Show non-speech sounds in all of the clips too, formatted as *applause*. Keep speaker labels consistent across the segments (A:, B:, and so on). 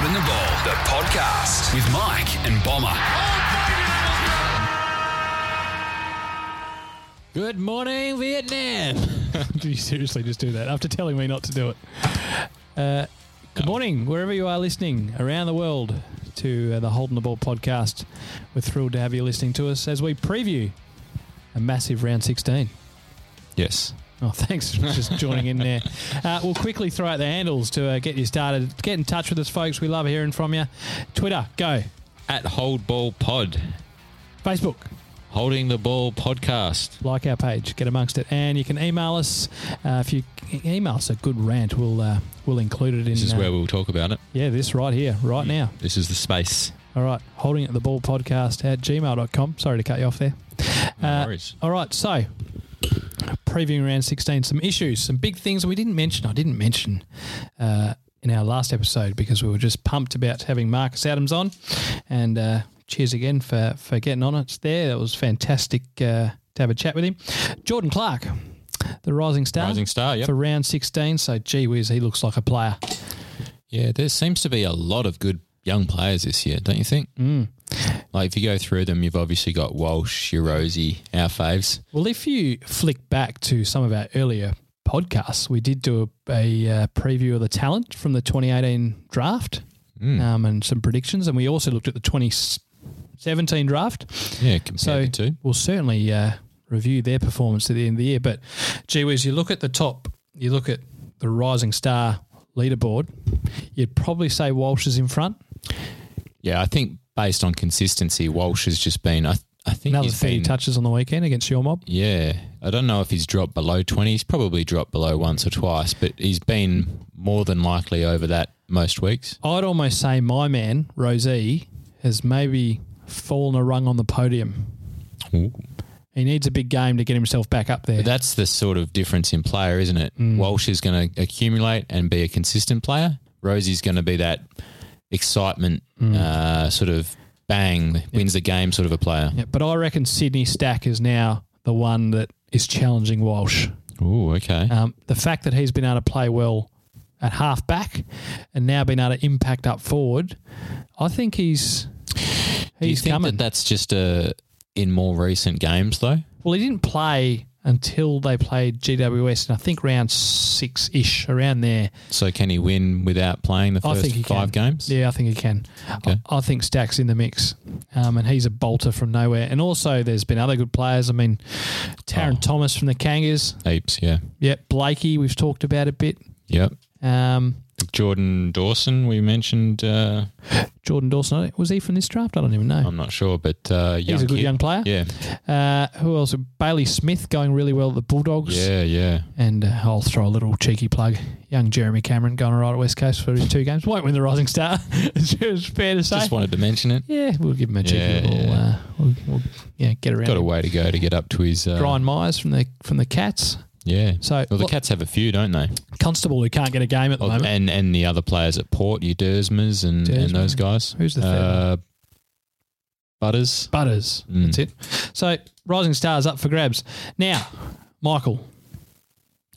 A: The podcast with Mike and Bomber.
B: Good morning, Vietnam.
C: Did you seriously just *laughs* do that after telling me not to do it? Uh, good morning, wherever you are listening around the world to uh, the Holding the Ball podcast. We're thrilled to have you listening to us as we preview a massive round 16.
B: Yes.
C: Oh, thanks for
B: *laughs*
C: just joining in there. Uh, we'll quickly throw out the handles to uh, get you started. Get in touch with us, folks. We love hearing from you. Twitter, go.
B: At Hold Ball Pod,
C: Facebook,
B: Holding the Ball Podcast.
C: like our page, get amongst it, and you can email us. Uh, if you e- email us a good rant, we'll uh, we'll include it in.
B: This is
C: uh,
B: where we'll talk about it.
C: yeah, this right here, right now.
B: This is the space.
C: All right, holding at the ball podcast at gmail.com. Sorry to cut you off there. Uh,
B: No worries.
C: All right, so previewing round 16, some issues, some big things we didn't mention. I didn't mention uh, in our last episode because we were just pumped about having Marcus Adams on. And uh, cheers again for, for getting on it there. That was fantastic uh, to have a chat with him. Jordan Clark, the rising star.
B: Rising star, yep.
C: For round 16, so gee whiz, he looks like a player.
B: Yeah, there seems to be a lot of good young players this year, don't you think? Mm. Like, if you go through them, you've obviously got Walsh, your Rosie, our faves.
C: Well, if you flick back to some of our earlier podcasts, we did do a, a uh, preview of the talent from the 2018 draft um, and some predictions. And we also looked at the 2017 draft.
B: Yeah, compared
C: So
B: to two.
C: we'll certainly uh, review their performance at the end of the year. But gee whiz, you look at the top, you look at the rising star leaderboard, you'd probably say Walsh is in front.
B: Yeah, I think based on consistency, Walsh has just been, I, I think
C: Another
B: he's
C: 30
B: been
C: touches on the weekend against your mob.
B: Yeah. I don't know if he's dropped below 20. He's probably dropped below once or twice, but he's been more than likely over that most weeks.
C: I'd almost say my man, Rosie, has maybe fallen a rung on the podium. He needs a big game to get himself back up there.
B: That's the sort of difference in player, isn't it?
C: Mm.
B: Walsh is going to accumulate and be a consistent player. Rosie's going to be that excitement,
C: Mm.
B: uh, sort of bang, wins the game sort of a player.
C: Yeah, but I reckon Sydney Stack is now the one that is challenging Walsh.
B: Ooh, okay.
C: Um, the fact that he's been able to play well at half back and now been able to impact up forward, I think he's
B: Do you
C: he's
B: think
C: coming.
B: that that's just uh, in more recent games, though?
C: well, he didn't play until they played GWS, and I think round six ish, around there.
B: So can he win without playing the first five
C: can.
B: games?
C: Yeah, I think he can.
B: Okay.
C: I, I think Stack's in the mix, um, and he's a bolter from nowhere. And also, there's been other good players. I mean, Taron
B: Oh.
C: Thomas from the Kangas.
B: Apes, yeah.
C: Yep, Blakey. We've talked about a bit.
B: Yep.
C: Um,
B: Jordan Dawson, we mentioned. Uh,
C: Jordan Dawson. I don't- Was he from this draft? I don't even know.
B: I'm not sure, but uh, Um, young
C: He's a good
B: kid.
C: young player.
B: Yeah,
C: Uh, who else? Bailey Smith going really well at the Bulldogs.
B: yeah, yeah.
C: And uh, I'll throw a little cheeky plug. Young Jeremy Cameron going all right at West Coast for his two games. Won't win the Rising Star. *laughs* it's fair to say.
B: Just wanted to mention it.
C: Yeah, we'll give him a cheeky
B: Yeah.
C: little. Uh, we'll, we'll, yeah, get around.
B: Got a
C: it.
B: way to go to get up to his. Uh,
C: Brian Myers from the from the Cats.
B: Yeah.
C: So
B: Well, Oh, the
C: look,
B: Cats have a few, don't they?
C: Constable who can't get a game at the
B: Well,
C: moment.
B: and and the other players at Port, you Dersmas and,
C: Dersma.
B: and those guys.
C: Who's the third
B: Uh, Butters.
C: Butters.
B: Mm.
C: That's it. So Rising Stars up for grabs. Now, Michael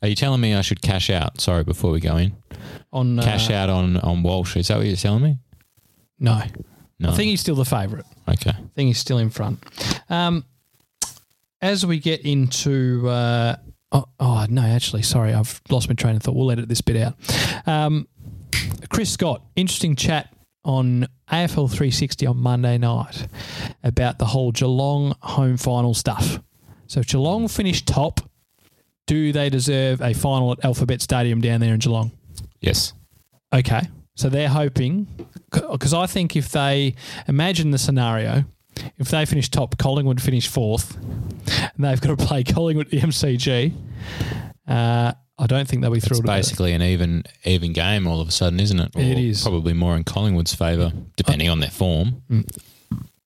B: Are you telling me I should cash out? Sorry, before we go in,
C: on uh,
B: cash out on on Walsh. Is that what you're telling me?
C: No,
B: No.
C: I think he's still the favourite.
B: okay.
C: I think he's still in front. Um, as we get into uh, oh, oh no, actually, sorry, I've lost my train of thought. We'll edit this bit out. Um, Chris Scott, interesting chat on AFL 360 on Monday night about the whole Geelong home final stuff. So if Geelong finished top, do they deserve a final at Alphabet Stadium down there in Geelong?
B: Yes.
C: Okay. So they're hoping, because I think if they imagine the scenario, if they finish top, Collingwood finish fourth, and they've got to play Collingwood at the MCG, uh, I don't think they'll be
B: It's
C: thrilled about it.
B: basically an even even game all of a sudden, isn't it? Or
C: It is.
B: Probably more in Collingwood's favour, depending on their form.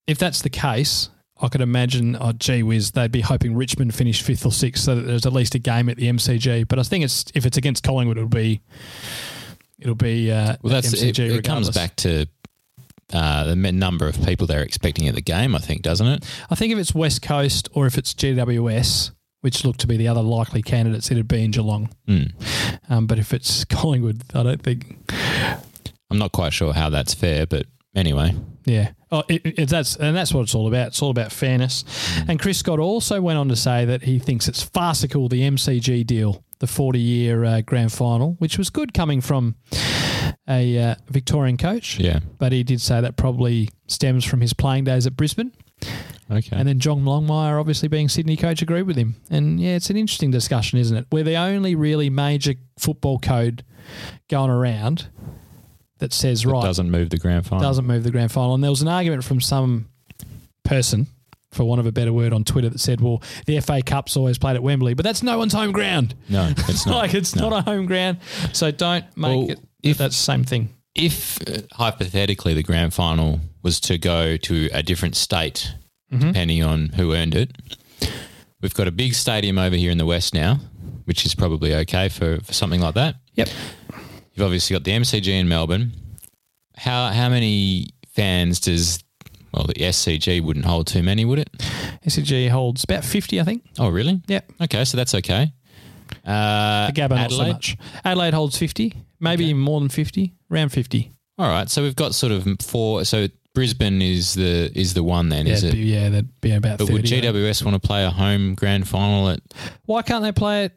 C: If that's the case, I could imagine, oh, gee whiz, they'd be hoping Richmond finish fifth or sixth so that there's at least a game at the MCG. But I think it's if it's against Collingwood, it'll be. It'll be uh,
B: Well, that's
C: MCG
B: it, it comes
C: regardless.
B: back to uh, the m- number of people they're expecting at the game, I think, doesn't it?
C: I think if it's West Coast or if it's GWS, which look to be the other likely candidates, it'd be in Geelong.
B: Mm.
C: *laughs* Um, but if it's Collingwood, I don't think
B: I'm not quite sure how that's fair, but anyway,
C: Yeah. Oh, it, it- that's and that's what it's all about. It's all about fairness. And Chris Scott also went on to say that he thinks it's farcical the MCG deal, the forty-year uh, grand final, which was good coming from a uh, Victorian coach.
B: yeah,
C: But he did say that probably stems from his playing days at Brisbane,
B: okay,
C: and then John Longmire, obviously being Sydney coach, agreed with him. And yeah, it's an interesting discussion, isn't it? We're the only really major football code going around that says right
B: doesn't move the grand final.
C: doesn't move the grand final. And there was an argument from some person, for want of a better word, on Twitter that said, well, the FA Cup's always played at Wembley, but that's no one's home ground. *laughs*
B: No, it's not.
C: like, it's
B: No.
C: not a home ground. So don't make
B: Well,
C: it.
B: if-
C: that's the same thing.
B: if uh, hypothetically the grand final was to go to a different state,
C: Mm-hmm.
B: depending on who earned it, we've got a big stadium over here in the west now, which is probably okay for, for something like that.
C: Yep.
B: You've obviously got the MCG in Melbourne. How how many fans does well the SCG wouldn't hold too many, would it?
C: SCG holds about 50, I think.
B: Oh really?
C: Yep.
B: Okay, so that's okay. Uh,
C: The Gabba,
B: Adelaide?
C: not so much. Adelaide holds 50, maybe
B: Okay.
C: even more than 50, around 50.
B: All right, so we've got sort of four. So Brisbane is the is the one then,
C: Yeah,
B: is
C: that'd
B: it?
C: be, yeah, that'd be about
B: But
C: 30.
B: would
C: I think.
B: GWS want to play a home grand final at?
C: Why can't they play at,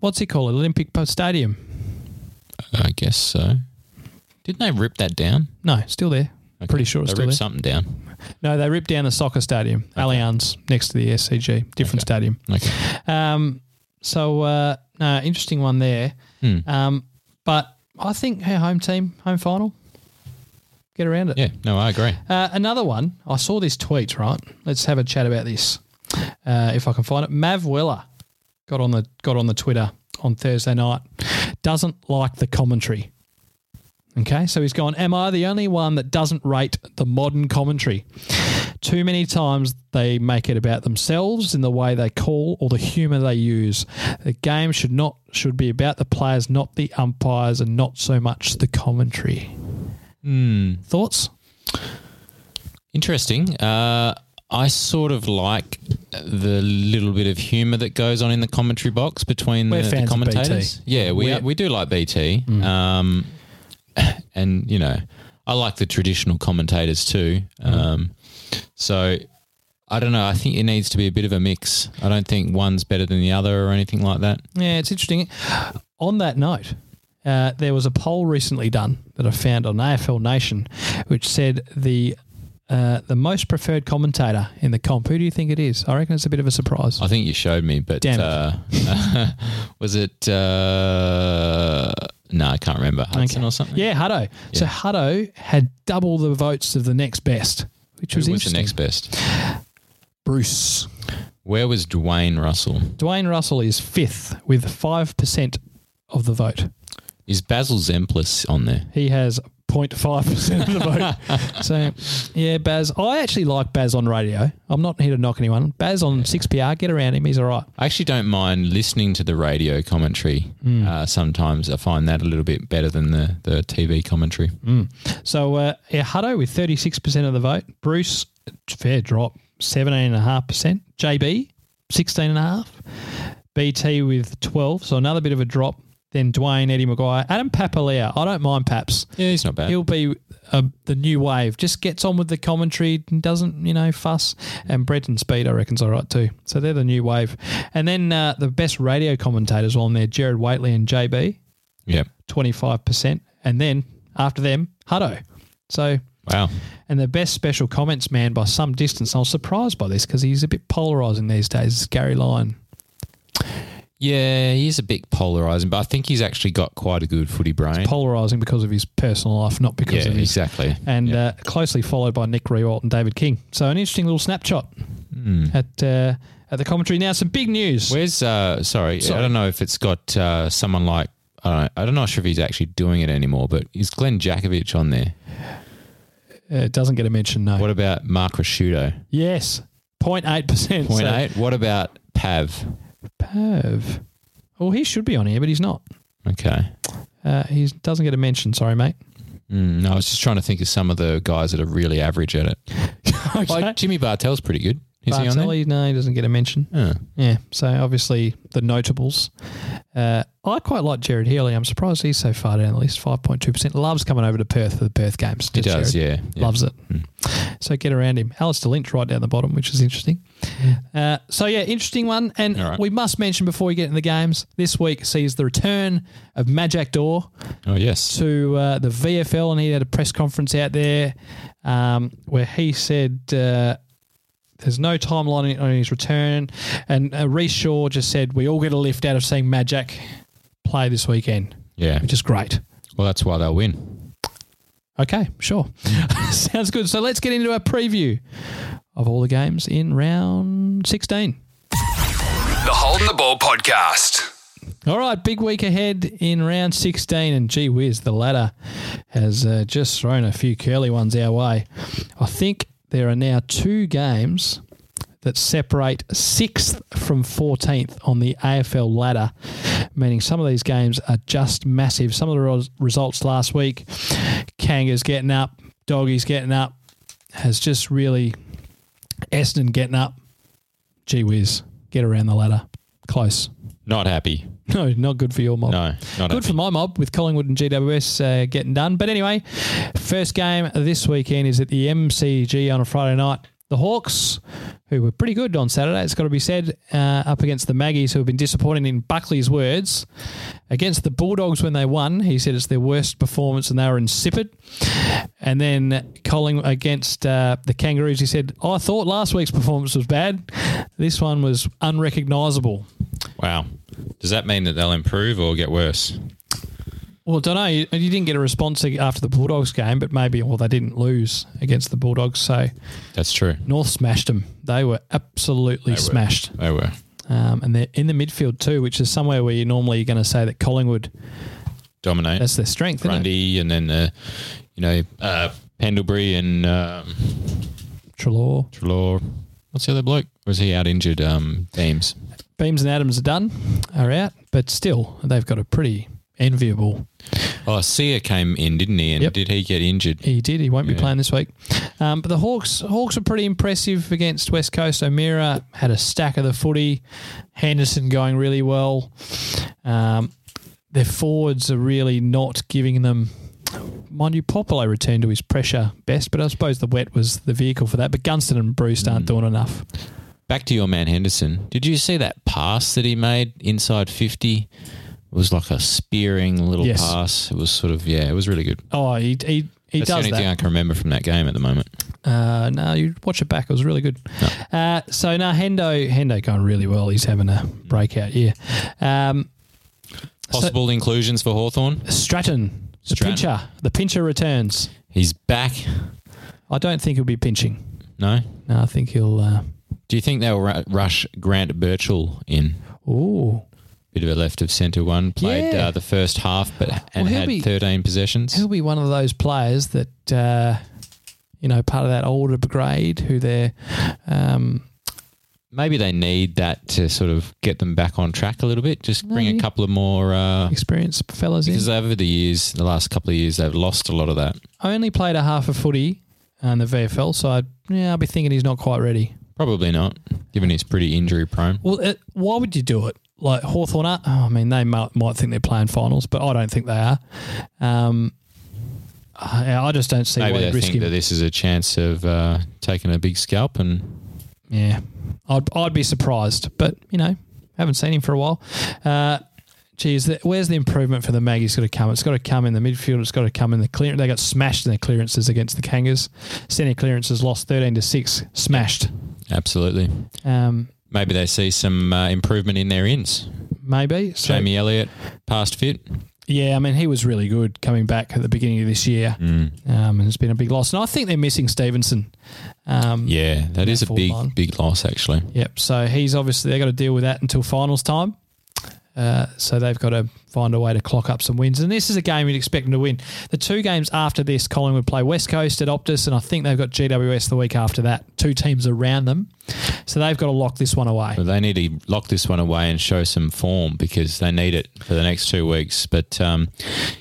C: what's it called, Olympic Stadium?
B: I guess so. Didn't they rip that down?
C: No, still there.
B: Okay.
C: Pretty sure it's
B: they
C: still
B: ripped
C: there.
B: something down.
C: No, they ripped down the soccer stadium, Allianz, next to the SCG, different stadium.
B: Okay.
C: Um, so, uh, no, interesting one there.
B: Hmm.
C: Um, but I think our home team, home final, get around it.
B: Yeah. No, I agree.
C: Uh, another one, I saw this tweet, right? Let's have a chat about this, uh, if I can find it. Mav Weller got on the, got on the Twitter on Thursday night, doesn't like the commentary. Okay, so he's gone, Am I the only one that doesn't rate the modern commentary? Too many times they make it about themselves in the way they call or the humour they use. The game should not should be about the players, not the umpires, and not so much the commentary. Thoughts?
B: Interesting. Uh, I sort of like the little bit of humour that goes on in the commentary box between the,
C: We're
B: the
C: fans of
B: commentators.
C: BT.
B: Yeah, we
C: We're- Mm-hmm.
B: we do like BT, um, and you know, I like the traditional commentators too.
C: Mm-hmm.
B: Um, So I don't know. I think it needs to be a bit of a mix. I don't think one's better than the other or anything like that.
C: Yeah, it's interesting. On that note, uh, there was a poll recently done that I found on AFL Nation, which said the uh, the most preferred commentator in the comp. Who do you think it is? I reckon it's a bit of a surprise.
B: I think you showed me, but
C: Damn it.
B: Uh, *laughs* was it? Uh, no, I can't remember Hudson
C: Okay.
B: or something.
C: Yeah, Hutto. So Hutto had double the votes of the next best, which
B: Who
C: was
B: was the
C: interesting.
B: next best?
C: Bruce
B: Where was Dwayne Russell?
C: Dwayne Russell is fifth with five percent of the vote.
B: Is Basil Zemplis on there?
C: He has 0.5 percent of the vote. so, yeah, Baz. I actually like Baz on radio. I'm not here to knock anyone. Baz on 6PR, get around him. He's all right.
B: I actually don't mind listening to the radio commentary. Uh, sometimes I find that a little bit better than the, the TV commentary.
C: So, uh, yeah, Hutto with 36 percent of the vote. Bruce, fair drop, 17.5 percent. JB, 16.5. BT with 12. So another bit of a drop. Then Dwayne, Eddie Maguire, Adam Papalea. I don't mind Paps.
B: Yeah, he's not bad.
C: He'll be uh, the new wave. Just gets on with the commentary and doesn't, you know, fuss. And Brett and Speed, I reckon's all right too. So they're the new wave. And then uh, the best radio commentators on there: Jared Waitley and JB,
B: yeah.
C: twenty five percent. And then after them, Hutto. So
B: Wow.
C: and the best special comments man by some distance. I was surprised by this because he's a bit polarizing these days. is Gary Lyon.
B: Yeah, he's a bit polarizing, but I think he's actually got quite a good footy brain.
C: Polarizing because of his personal life, not
B: yeah,
C: because of his.
B: exactly.
C: and
B: Yeah.
C: uh, closely followed by Nick Rewalt and David King. So an interesting little snapshot
B: Hmm.
C: at uh, at the commentary. Now some big news.
B: Where's uh sorry, I
C: Sorry.
B: don't know if it's got uh someone like I don't know, I don't know if he's actually doing it anymore, but is Glenn Jakovich on there?
C: Uh, It doesn't get a mention. No.
B: What about Mark Rasciuto?
C: yes. 0.8 percent.
B: Point eight. What about Pav?
C: Perv. Well, he should be on here, but he's not.
B: Okay.
C: Uh, he doesn't get a mention. Sorry,
B: *laughs*
C: mate.
B: Mm, no, I was just trying to think of some of the guys that are really average at it.
C: Okay.
B: Like Jimmy Bartell's pretty good. Is he on there?
C: Bartelli, no, he doesn't get a mention.
B: Oh.
C: Yeah, so obviously the notables. Uh, I quite like Jared Healy. I'm surprised he's so far down the list. Five point two percent. Loves coming over to Perth for the Perth games.
B: He does, yeah, yeah. Hmm.
C: Loves it. So get around him. Alistair Lynch right down the bottom, which is interesting. Uh, so yeah, interesting one. And
B: Hmm. All right.
C: we must mention before we get in the games this week sees the return of Magic Door
B: Oh yes.
C: to uh, the VFL, and he had a press conference out there um, where he said uh, there's no timeline on his return, and uh, Reece Shaw just said we all get a lift out of seeing Magic play this weekend,
B: Yeah.
C: which is great.
B: Well, that's why they'll win.
C: Okay, sure, *laughs* sounds good. So let's get into our preview of all the games in round 16.
A: The Holding the Ball Podcast.
C: All right, big week ahead in round 16, and gee whiz, the ladder has uh, just thrown a few curly ones our way. I think there are now two games that separate 6th from 14th on the AFL ladder, meaning some of these games are just massive. Some of the ros- results last week, Kanga's getting up, Doggy's getting up, has just really Essendon getting up. Gee whiz, get around the ladder. Close.
B: Not happy.
C: No, not good for your mob.
B: No,
C: Good
B: not happy.
C: for my mob with Collingwood and GWS uh, getting done. But anyway, first game this weekend is at the MCG on a Friday night. The Hawks, who were pretty good on Saturday, it's got to be said, uh, up against the Maggies, who have been disappointing in Buckley's words. Against the Bulldogs when they won, he said it's their worst performance and they were insipid. And then Colling against uh, the Kangaroos, he said, "Oh, I thought last week's performance was bad. This one was unrecognisable.
B: Wow. Does that mean that they'll improve or get worse?
C: Well, don't know. You, you didn't get a response after the Bulldogs game, but maybe well they didn't lose against the Bulldogs, so
B: That's true.
C: North smashed them. They were absolutely
B: They were.
C: smashed,
B: They were.
C: um, and they're in the midfield too, which is somewhere where you're normally going to say that Collingwood
B: Dominate.
C: that's their strength. isn't it?
B: Grundy and then, uh, you know, uh, Pendlebury and um,
C: Trelaw,
B: Trelaw. What's the other bloke? Was he out injured? Um, Beams.
C: Beams and Adams are done, are out, but still they've got a pretty enviable.
B: Oh, Sear came in, didn't he? And
C: Yep.
B: did he get injured?
C: He did. He won't be
B: Yeah.
C: playing this week, um, but the Hawks Hawks are pretty impressive against West Coast. O'Meara had a stack of the footy. Henderson going really well. Um, their forwards are really not giving them. Mind you, Popolo returned to his pressure best, but I suppose the wet was the vehicle for that. But Gunston and Bruce
B: Mm.
C: aren't doing enough.
B: Back to your man Henderson. Did you see that pass that he made inside fifty? It was like a spearing little
C: Yes.
B: pass. It was sort of yeah. It was really good.
C: Oh, he he, he
B: That's the
C: does
B: only
C: that.
B: thing I can remember from that game at the moment.
C: Uh, no, you watch it back. It was really good. Uh, so now Hendo, Hendo going really well. He's having a breakout year. Um,
B: Possible inclusions for Hawthorn.
C: Stratton, the
B: Stratton.
C: pincher, the pincher returns.
B: He's back.
C: I don't think he'll be pinching.
B: No.
C: No, I think he'll. Uh,
B: Do you think they'll ru- rush Grant Birchall in?
C: ooh,
B: Bit of a left of centre one. Played
C: Yeah.
B: uh, the first half, but and
C: Well, he'll
B: had
C: be-
B: thirteen possessions.
C: he'll be one of those players that uh, you know part of that older grade who they're. Um,
B: Maybe they need that to sort of get them back on track a little bit. Just bring
C: Maybe.
B: a couple of more. Uh,
C: experienced fellas in.
B: because over the years, the last couple of years, they've lost a lot of that.
C: I only played a half a footy on the VFL, so I, yeah, I'll be thinking he's not quite ready.
B: Probably not, given he's pretty injury prone.
C: Well, it, why would you do it? Like Hawthorn are, oh, I mean, they might, might think they're playing finals, but I don't think they are. Um, I, I just don't see
B: Maybe
C: why
B: they
C: you'd risk
B: think
C: him.
B: that this is a chance of uh, taking a big scalp and
C: yeah, I'd, I'd be surprised, but you know, haven't seen him for a while. Uh, geez, the, where's the improvement for the Maggie's got to come? It's got to come in the midfield. It's got to come in the clearance. They got smashed in their clearances against the Kangas. Centre clearances lost thirteen to six, smashed.
B: absolutely.
C: Um,
B: Maybe they see some uh, improvement in their ins.
C: maybe so,
B: Jamie Elliott, past fit.
C: Yeah, I mean, he was really good coming back at the beginning of this year, um, and it's been a big loss. And I think they're missing Stevenson. Um,
B: Yeah, that is a
C: full
B: big,
C: line.
B: big loss actually.
C: Yep. So he's obviously they got to deal with that until finals time. Uh, so they've got to find a way to clock up some wins, and this is a game you'd expect them to win. The two games after this, Collingwood play West Coast at Optus, and I think they've got GWS the week after that. Two teams around them, so they've got to lock this one away.
B: But they need to lock this one away and show some form because they need it for the next two weeks. But um,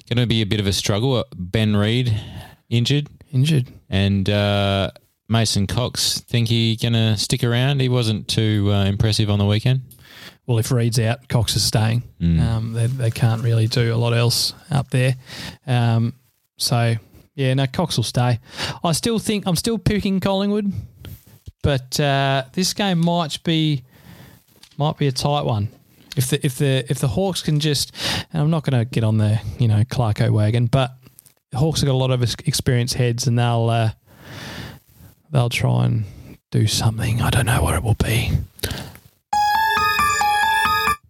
B: going to be a bit of a struggle. Ben Reed Uh, injured,
C: Injured.
B: and uh, Mason Cox think he gonna stick around? He wasn't too uh, impressive on the weekend.
C: Well, if Reed's out, Cox is staying. Um, they, they can't really do a lot else up there. Um, so yeah, no, Cox will stay. I still think I'm still picking Collingwood, but uh, this game might be might be a tight one. If the if the if the Hawks can just, and I'm not going to get on the you know Clarko wagon, but the Hawks have got a lot of ex- experienced heads, and they'll uh, they'll try and do something. I don't know what it will be.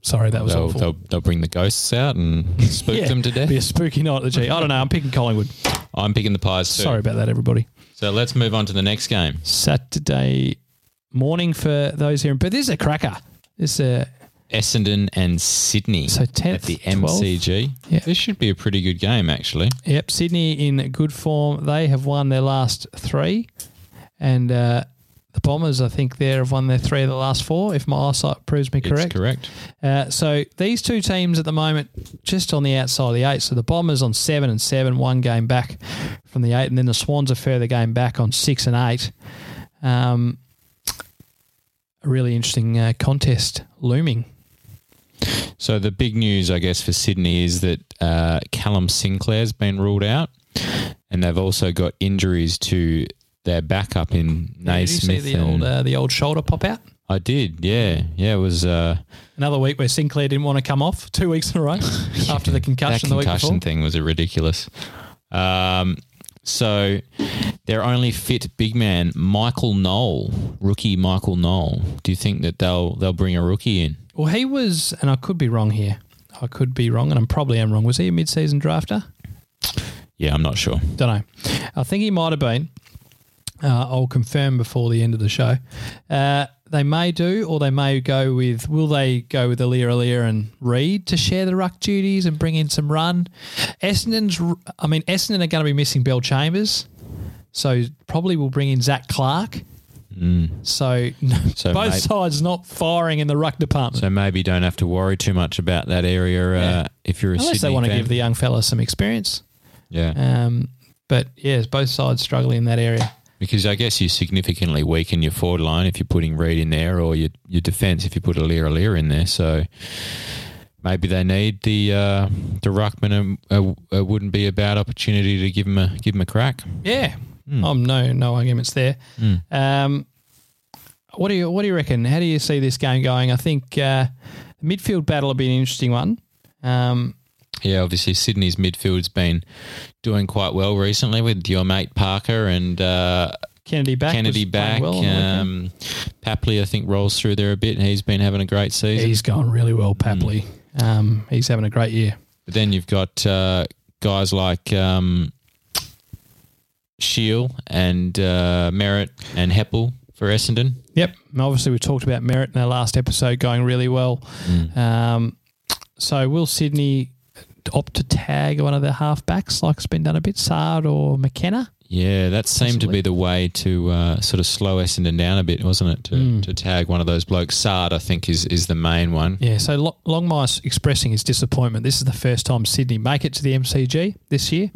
C: Sorry, that was
B: They'll,
C: awful.
B: they'll they'll bring the ghosts out and spook
C: Yeah,
B: them to death.
C: Be a spooky night at the G. I don't know. I'm picking
B: *laughs*
C: Collingwood.
B: I'm picking the pies too.
C: Sorry about that, everybody.
B: So let's move on to the next game.
C: Saturday morning for those here, but this is a cracker. This uh,
B: Essendon and Sydney.
C: So 10th,
B: at the
C: 12th?
B: MCG.
C: Yeah.
B: This should be a pretty good game actually.
C: yep, Sydney in good form. They have won their last three, and uh, the Bombers, I think, there have won their three of the last four. If my eyesight proves me correct.
B: It's correct.
C: Uh, so these two teams at the moment just on the outside of the eight. So the Bombers on seven and seven, one game back from the eight, and then the Swans are further game back on six and eight. Um, a really interesting uh, contest looming.
B: So the big news, I guess, for Sydney is that uh, Callum Sinclair's been ruled out, and they've also got injuries to their backup in Naismith.
C: Did you see the
B: and-
C: old uh, the old shoulder pop out?
B: I did, yeah, yeah. It was uh,
C: Another week where Sinclair didn't want to come off two weeks in a
B: *laughs*
C: row after the
B: that
C: concussion the week before.
B: concussion thing was ridiculous. Um, so their only fit big man, Michael Knoll, rookie Michael Knoll. Do you think that they'll they'll bring a rookie in?
C: Well, he was, and I could be wrong here. I could be wrong, and I'm probably am wrong. Was he a mid-season drafter?
B: Yeah, I'm not sure.
C: Don't know. I think he might have been. Uh, I'll confirm before the end of the show. Uh, they may do, or they may go with. Will they go with Alir Alir and Reed to share the ruck duties and bring in some run? Essendon's. r- I mean, Essendon are going to be missing Bell Chambers, so probably we'll bring in Zach Clark. So,
B: Mm.
C: *laughs*
B: So
C: both
B: may-
C: sides not firing in the ruck department.
B: So maybe you don't have to worry too much about that area uh,
C: Yeah.
B: if you're a
C: Unless
B: Sydney
C: they want to
B: fan.
C: give the young fella some experience.
B: yeah.
C: Um, but yes, both sides struggling in that area.
B: Because I guess you significantly weaken your forward line if you're putting Reed in there, or your your defence if you put Alir Alir in there. So maybe they need the uh, the ruckman. A, a, a wouldn't be a bad opportunity to give him a give him a crack.
C: Yeah.
B: Hmm.
C: Um, no, no arguments there. Um, what do you What do you reckon? How do you see this game going? I think uh, the midfield battle will be an interesting one. Um,
B: Yeah, obviously Sydney's midfield's been doing quite well recently with your mate Parker and uh,
C: Kennedy back.
B: Kennedy
C: was playing
B: back.
C: well on the weekend.
B: um, Papley, I think, rolls through there a bit. He's been having a great season.
C: he's gone really well, Papley.
B: Hmm.
C: Um, he's having a great year.
B: But then you've got uh, guys like um, Shiel and uh, Merritt and Heppel for Essendon.
C: Yep. And obviously, we talked about Merritt in our last episode going really well.
B: Hmm.
C: Um, so, will Sydney opt to tag one of their halfbacks like it's been done a bit, Sard or McKenna?
B: Yeah, that seemed to
C: Possibly.
B: be the way to uh, sort of slow Essendon down a bit, wasn't it? To,
C: Hmm.
B: to tag one of those blokes. Sard, I think, is, is the
C: *laughs*
B: main one.
C: Yeah, so Lo- Longmire's expressing his disappointment. This is the first time Sydney make it to the MCG this year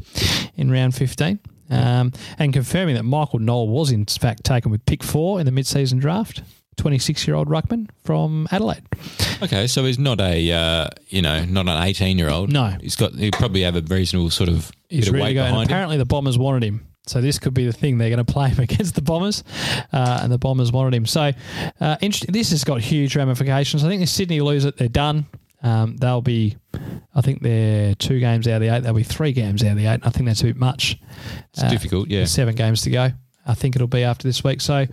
C: in round 15, um, and confirming that Michael Knoll was in fact taken with pick four in the mid-season draft. 26-year-old ruckman from Adelaide.
B: Okay, so he's not a uh, you know not an eighteen year old.
C: No.
B: he's got he probably have a reasonable sort of
C: He's
B: bit of
C: ready
B: weight
C: to go. And
B: behind him.
C: apparently, the Bombers wanted him, so this could be the thing they're going to play *laughs* him against the Bombers, uh, and the Bombers wanted him. So, uh, interesting. This has got huge ramifications. I think if Sydney lose it, they're done. Um, they'll be, I think they're two games out of the eight. They'll be three games out of the eight. and I think that's a bit much.
B: It's difficult. Yeah,
C: There's seven games to go. I think it'll be after this week. So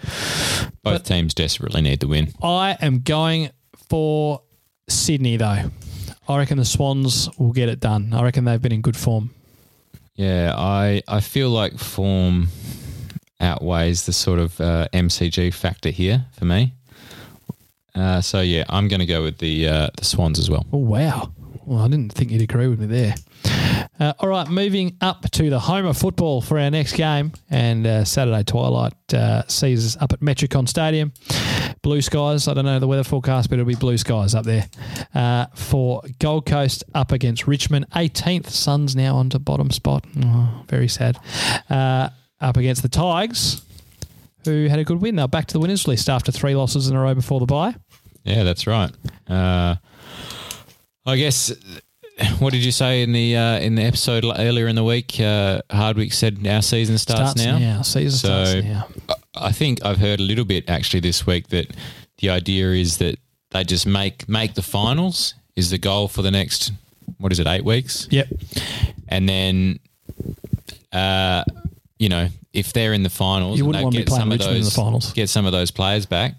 B: both teams desperately need the win.
C: I am going for Sydney, though. I reckon the Swans will get it done. I reckon they've been in good form.
B: Yeah, I I feel like form outweighs the sort of uh, MCG factor here for me. Uh, so yeah, I'm going to go with the uh, the Swans as well.
C: Oh, wow. Well, I didn't think you'd agree with me there. Uh, all right, moving up to the home of football for our next game. And uh, Saturday twilight uh, sees us up at Metricon Stadium. Blue skies. I don't know the weather forecast, but it'll be blue skies up there uh, for Gold Coast up against Richmond. 18th, Suns now onto bottom spot. Oh, very sad. Uh, up against the Tigers, who had a good win. They're back to the winners list after three losses in a row before the bye.
B: Yeah, that's right. Uh, I guess. What did you say in the uh, in the episode l- earlier in the week? Uh, Hardwick said our season starts, now.
C: Season
B: So-
C: starts now.
B: I think I've heard a little bit actually this week that the idea is that they just make make the finals is the goal for the next what is it eight weeks,
C: Yep.
B: and then uh, you know if they're in the finals,
C: You
B: and
C: wouldn't
B: they
C: want to be
B: get
C: playing
B: some of
C: Richmond in the
B: those-
C: finals. Mm.
B: Get some of those players back.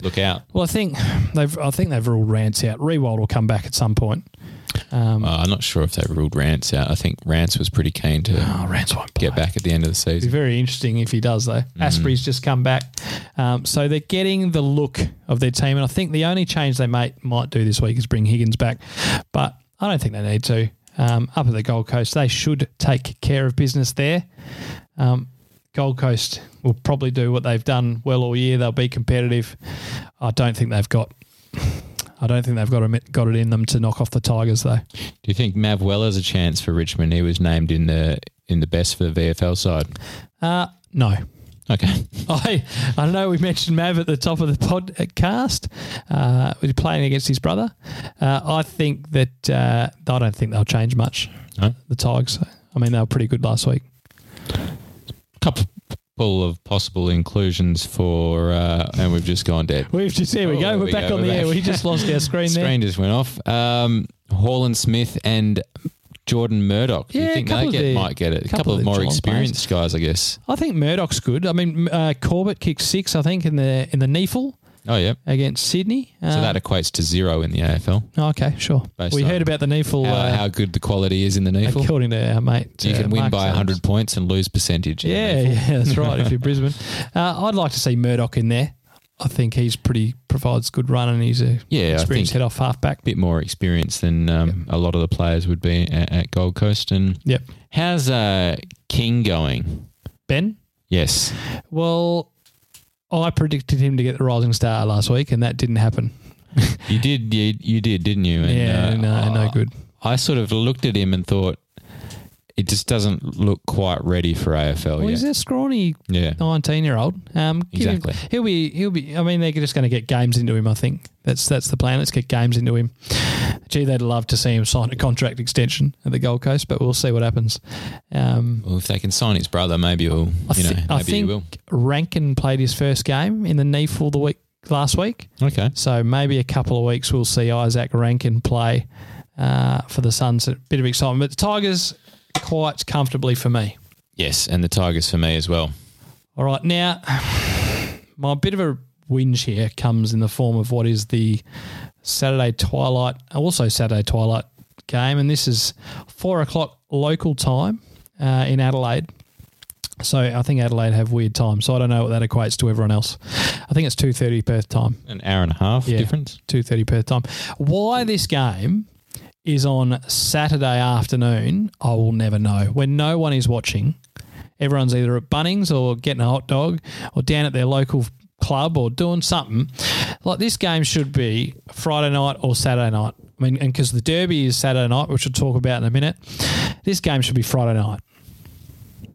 B: Look out!
C: Well, I think they've I think they've ruled Rance out. Rewald will come back at some point. Um,
B: Uh, I'm not sure if they ruled Rance out. I think Rance was pretty keen
C: *sighs*
B: to
C: oh, Rance won't play. Mm-hmm.
B: get back at the end of the
C: It'd
B: season.
C: be very interesting if he does, though. Asprey's just come back. Um, so they're getting the look of their team. And I think the only change they might, might do this week is bring Higgins back. But I don't think they need to. Um, up at the Gold Coast, they should take care of business there. Um, Gold Coast will probably do what they've done well all year. They'll be competitive. I don't think they've got. I don't think they've got it, got it in them to knock off the Tigers, though.
B: Do you think Mav Weller's a chance for Richmond? He was named in the in the best for the VFL side.
C: Uh, no,
B: Okay.
C: *laughs*
B: *laughs*
C: I I know we mentioned Mav at the top of the podcast. Uh, was playing against his brother. Uh, I think that uh, I don't think they'll change much.
B: No?
C: The Tigers. I mean, they were pretty good last week.
B: couple of possible inclusions for, uh, and we've just gone dead.
C: We've just here we
B: Oh,
C: go.
B: there
C: We're
B: we
C: back
B: go.
C: on the
B: We're
C: air.
B: back.
C: We
B: *laughs*
C: just lost our screen there.
B: Screen just went off. Um, Haaland Smith and Jordan Murdoch. Do
C: Yeah,
B: you
C: a
B: think
C: couple
B: they
C: of
B: get,
C: the-
B: might get it? A
C: couple
B: couple,
C: of
B: of,
C: the
B: more
C: Geelong
B: experienced guys, I guess.
C: I think Murdoch's good. I mean, uh, Corbett kicked six, I think, in the in the Neefle
B: Oh, yeah.
C: against Sydney. Uh,
B: So that equates to zero in the AFL.
C: okay, sure.
B: Based
C: We
B: on
C: heard about the Neefle.
B: How,
C: uh,
B: how good the quality is in the NEFL.
C: according to our mate,
B: You
C: uh,
B: can win
C: Mark
B: by
C: Adams.
B: 100 points and lose percentage. in the
C: Yeah,
B: NEFL.
C: yeah, that's right.
B: *laughs*
C: if you're Brisbane, uh, I'd like to see Murdoch in there. I think he's pretty provides good run and he's a
B: Yeah, I
C: experienced head
B: think-
C: off halfback.
B: bit more experience than um, a lot of the players would be at, at Gold Coast. And
C: Yep,
B: how's uh, King going?
C: Ben.
B: Yes.
C: Well, I predicted him to get the Rising Star last week, and that didn't happen.
B: You did, you, you did, didn't you? And,
C: yeah,
B: uh,
C: no, no good.
B: I sort of looked at him and thought, it just doesn't look quite ready for AFL
C: Well,
B: yet.
C: he's a scrawny
B: Yeah.
C: nineteen-year-old. Um, give him-
B: Exactly.
C: he'll be. He'll be. I mean, they're just going to get games into him. I think that's that's the plan. Let's get games into him. Gee, they'd love to see him sign a contract extension at the Gold Coast, but we'll see what happens. Um,
B: Well, if they can sign his brother, maybe he'll,
C: I,
B: you know,
C: thi-
B: maybe
C: I
B: he
C: think
B: will.
C: Rankin played his first game in the NEFL the week last week,
B: Okay.
C: so maybe a couple of weeks we'll see Isaac Rankin play uh, for the Suns. A bit of excitement, but the Tigers quite comfortably for me.
B: Yes, and the Tigers for me as well.
C: All right, now my bit of a whinge here comes in the form of what is the Saturday twilight, also Saturday twilight game, and this is four o'clock local time uh, in Adelaide. So I think Adelaide have weird time, so I don't know what that equates to everyone else. I think it's two thirty Perth time,
B: An hour and a half
C: Yeah.
B: difference.
C: two thirty Perth time. Why this game is on Saturday afternoon, I will never know. When no one is watching, everyone's either at Bunnings or getting a hot dog or down at their local club or doing something. Like this game should be Friday night or Saturday night. I mean, and because the Derby is Saturday night, which we'll talk about in a minute, this game should be Friday night.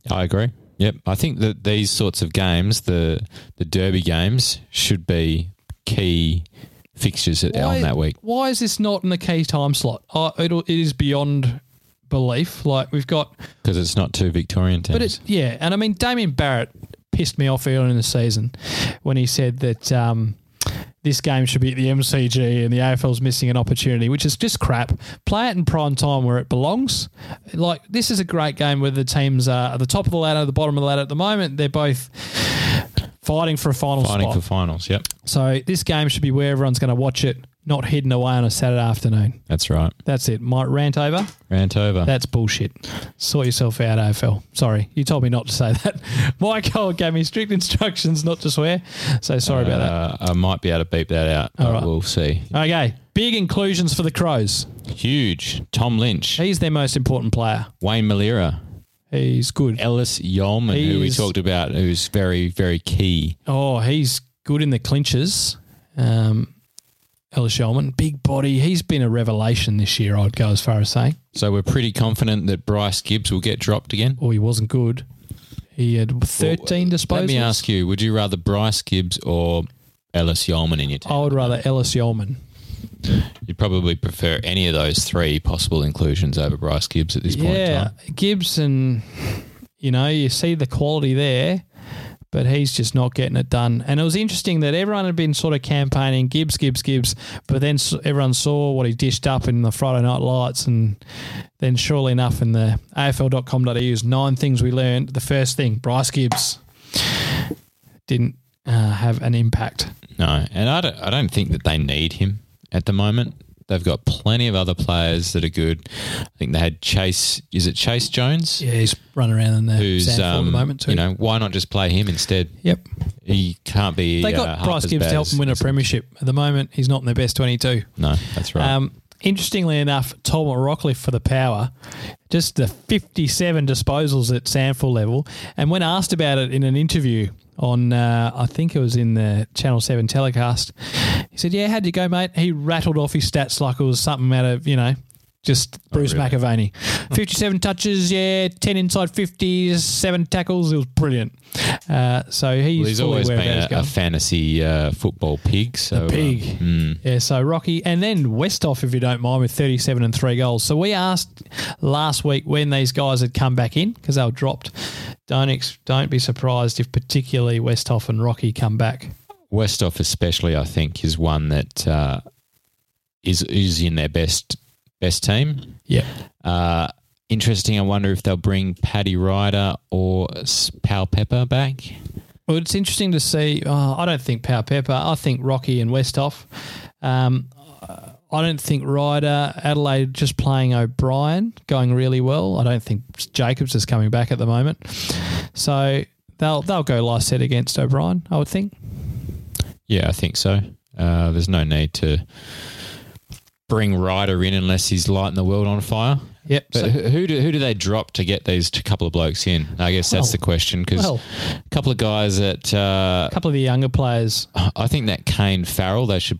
B: I agree. Yep. I think that these sorts of games, the the derby games, should be key fixtures at Elm that week.
C: Why is this not in the key time slot? Uh, it'll, it is beyond belief. Like we've got
B: Because it's not two Victorian teams.
C: But it's yeah, and I mean Damien Barrett pissed me off earlier in the season when he said that um, this game should be at the MCG and the AFL's missing an opportunity, which is just crap. Play it in prime time where it belongs. Like this is a great game where the teams are at the top of the ladder, the bottom of the ladder at the moment. They're both fighting for a final
B: fighting
C: spot.
B: for finals. Yep.
C: so this game should be where everyone's going to watch it, not hidden away on a Saturday afternoon.
B: That's right.
C: That's it. Might rant over.
B: Rant over.
C: That's bullshit. Sort yourself out, AFL. Sorry, you told me not to say *laughs* that. Mike Howard gave me strict instructions not to swear, so sorry about that.
B: Uh, I might be able to beep that out.
C: All
B: but
C: right.
B: We'll see.
C: Okay, big inclusions for the Crows.
B: Huge. Tom Lynch,
C: He's their most important player.
B: Wayne Malira,
C: He's good.
B: Ellis Yeoman, who we
C: He's-
B: talked about, who's very, very key.
C: Oh, he's good in the clinches. Um, Ellis Shulman, big body. He's been a revelation this year. I'd go as far as saying,
B: So we're pretty confident that Bryce Gibbs will get dropped again.
C: oh, he wasn't good. He had 13 disposals.
B: Let me ask you: Would you rather Bryce Gibbs or Ellis Yeoman in your team?
C: I would rather Ellis Yeoman.
B: You'd probably prefer any of those three possible inclusions over Bryce Gibbs at this point. in
C: Yeah,
B: time.
C: Gibson, you know, you see the quality there, but he's just not getting it done. And it was interesting that everyone had been sort of campaigning Gibbs, Gibbs, Gibbs, but then s- everyone saw what he dished up in the Friday Night Lights. And then, surely enough, in the afl.com.au's nine things we learned, the first thing, Bryce Gibbs didn't uh, have an impact.
B: No, and I don't, I don't think that they need him at the moment. They've got plenty of other players that are good. I think they had Chase. Is it Chase Jones?
C: Yeah, he's running around in the
B: Who's
C: sand for
B: um,
C: the moment, too.
B: you know? Why not just play him instead?
C: yep.
B: He can't be.
C: They
B: uh,
C: got
B: half
C: Bryce
B: as
C: Gibbs
B: bad
C: to help
B: as-
C: them win a premiership. At the moment, he's not in their best 22.
B: No, that's right.
C: Um, interestingly enough, Tom Rockliffe for the power, just the 57 disposals at Sandford level. And when asked about it in an interview on, uh, I think it was in the Channel 7 telecast, he said, Yeah, how'd you go, mate? He rattled off his stats like it was something out of, you know, just Bruce
B: really? *laughs*
C: McAvaney. 57 touches, yeah, 10 inside 50s, 7 tackles. It was brilliant. Uh, so he's,
B: Well, he's
C: fully
B: always
C: aware
B: been
C: of how he's
B: a, a
C: going.
B: fantasy uh, football pig. So uh,
C: pig.
B: mm,
C: Yeah, so Rocky, and then Westhoff, if you don't mind, with 37 and three goals. So we asked last week when these guys had come back in because they were dropped. Don't ex- don't be surprised if particularly Westhoff and Rocky come back.
B: Westhoff, especially, I think, is one that uh, is is in their best best team.
C: Yeah,
B: Uh, interesting. I wonder if they'll bring Paddy Ryder or S- Pal Pepper back.
C: well, it's interesting to see. Oh, I don't think Power Pepper. I think Rocky and Westhoff. Um, I don't think Ryder Adelaide just playing O'Brien going really well. I don't think Jacobs is coming back at the moment. So. They'll, they'll go Lyset against O'Brien, I would think.
B: Yeah, I think so. Uh, there's no need to bring Ryder in unless he's lighting the world on fire.
C: Yep.
B: But
C: so-
B: who who do, who do they drop to get these t- couple of blokes in? I guess that's
C: Well,
B: the question because
C: well.
B: a couple of guys that uh,
C: A couple of the younger players.
B: I think that Kane Farrell they should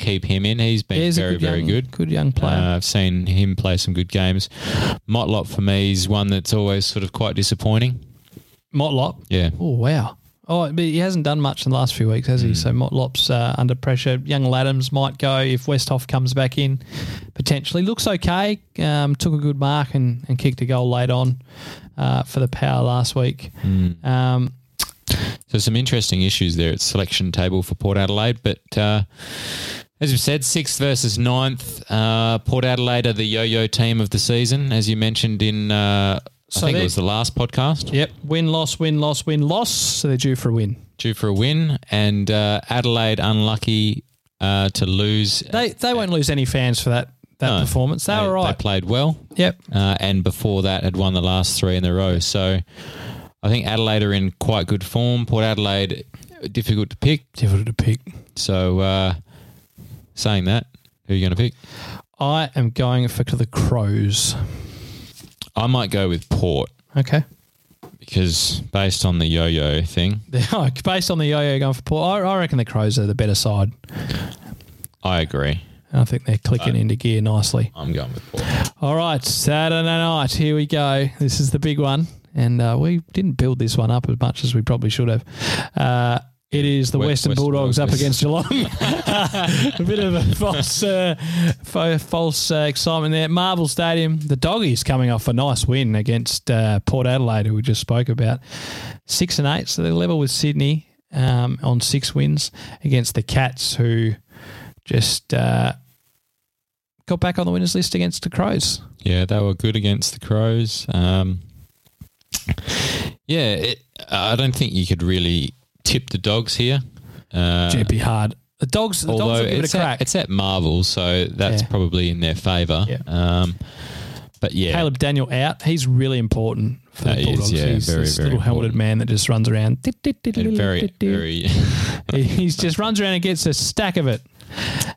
B: keep him in. He's been
C: He's a
B: very very
C: young,
B: good.
C: Good young player.
B: Uh, I've seen him play some good games. Motlop for me is one that's always sort of quite disappointing.
C: Motlop.
B: Yeah.
C: Oh wow. Oh, but he hasn't done much in the last few weeks, has
B: Hmm.
C: he? So Motlop's uh, under pressure. Young Laddams might go if Westhoff comes back in. Potentially looks okay. Um, took a good mark and, and kicked a goal late on uh, for the power last week.
B: Hmm.
C: Um,
B: So some interesting issues there at selection table for Port Adelaide, but uh, as we've said, sixth versus ninth. Uh, Port Adelaide are the yo-yo team of the season, as you mentioned in uh,
C: So
B: I think
C: they-
B: it was the last podcast.
C: yep. Win loss win loss win loss. So they're due for a win.
B: Due for a win, and uh, Adelaide unlucky uh, to lose.
C: They they won't lose any fans for that that
B: No,
C: performance. They,
B: they,
C: were right.
B: They played well.
C: yep.
B: uh, and before that had won the last three in a row. So I think Adelaide are in quite good form. Port Adelaide difficult to pick.
C: Difficult to pick.
B: So uh, saying that, who are you going to pick?
C: I am going for the Crows.
B: I might go with Port
C: Okay. *laughs*
B: because based on the yo-yo thing,
C: Oh, Based on the yo-yo going for Port, I, I reckon the Crows are the better side.
B: I agree.
C: And I think they're clicking into gear nicely.
B: I'm going with Port.
C: All right, Saturday night. Here we go. This is the big one, and uh, we didn't build this one up as much as we probably should have. Uh, it is the
B: West-
C: Western
B: Western
C: Bulldogs up
B: Bulldogs.
C: against Geelong. *laughs* a bit of a false, uh, fo- false uh, excitement there. Marvel Stadium. The Doggies coming off a nice win against uh, Port Adelaide, who we just spoke about. Six and eight, so they're level with Sydney um, on six wins against the Cats, who just uh, got back on the winners list against the Crows.
B: Yeah, they were good against the Crows. Um, yeah, it, I don't think you could really tip the dogs here. Uh,
C: It'd be hard. The dogs, the dogs
B: although
C: will give it a
B: it's,
C: crack.
B: at, it's at Marvel, so that's
C: Yeah.
B: probably in their favour.
C: Yeah.
B: Um, but yeah,
C: Caleb Daniel out. He's really important for
B: That
C: the
B: is,
C: Bulldogs.
B: yeah,
C: he's
B: very,
C: this
B: very
C: little helmeted
B: important.
C: man that just runs around.
B: and very,
C: *laughs*
B: very, *laughs*
C: He just runs around and gets a stack of it.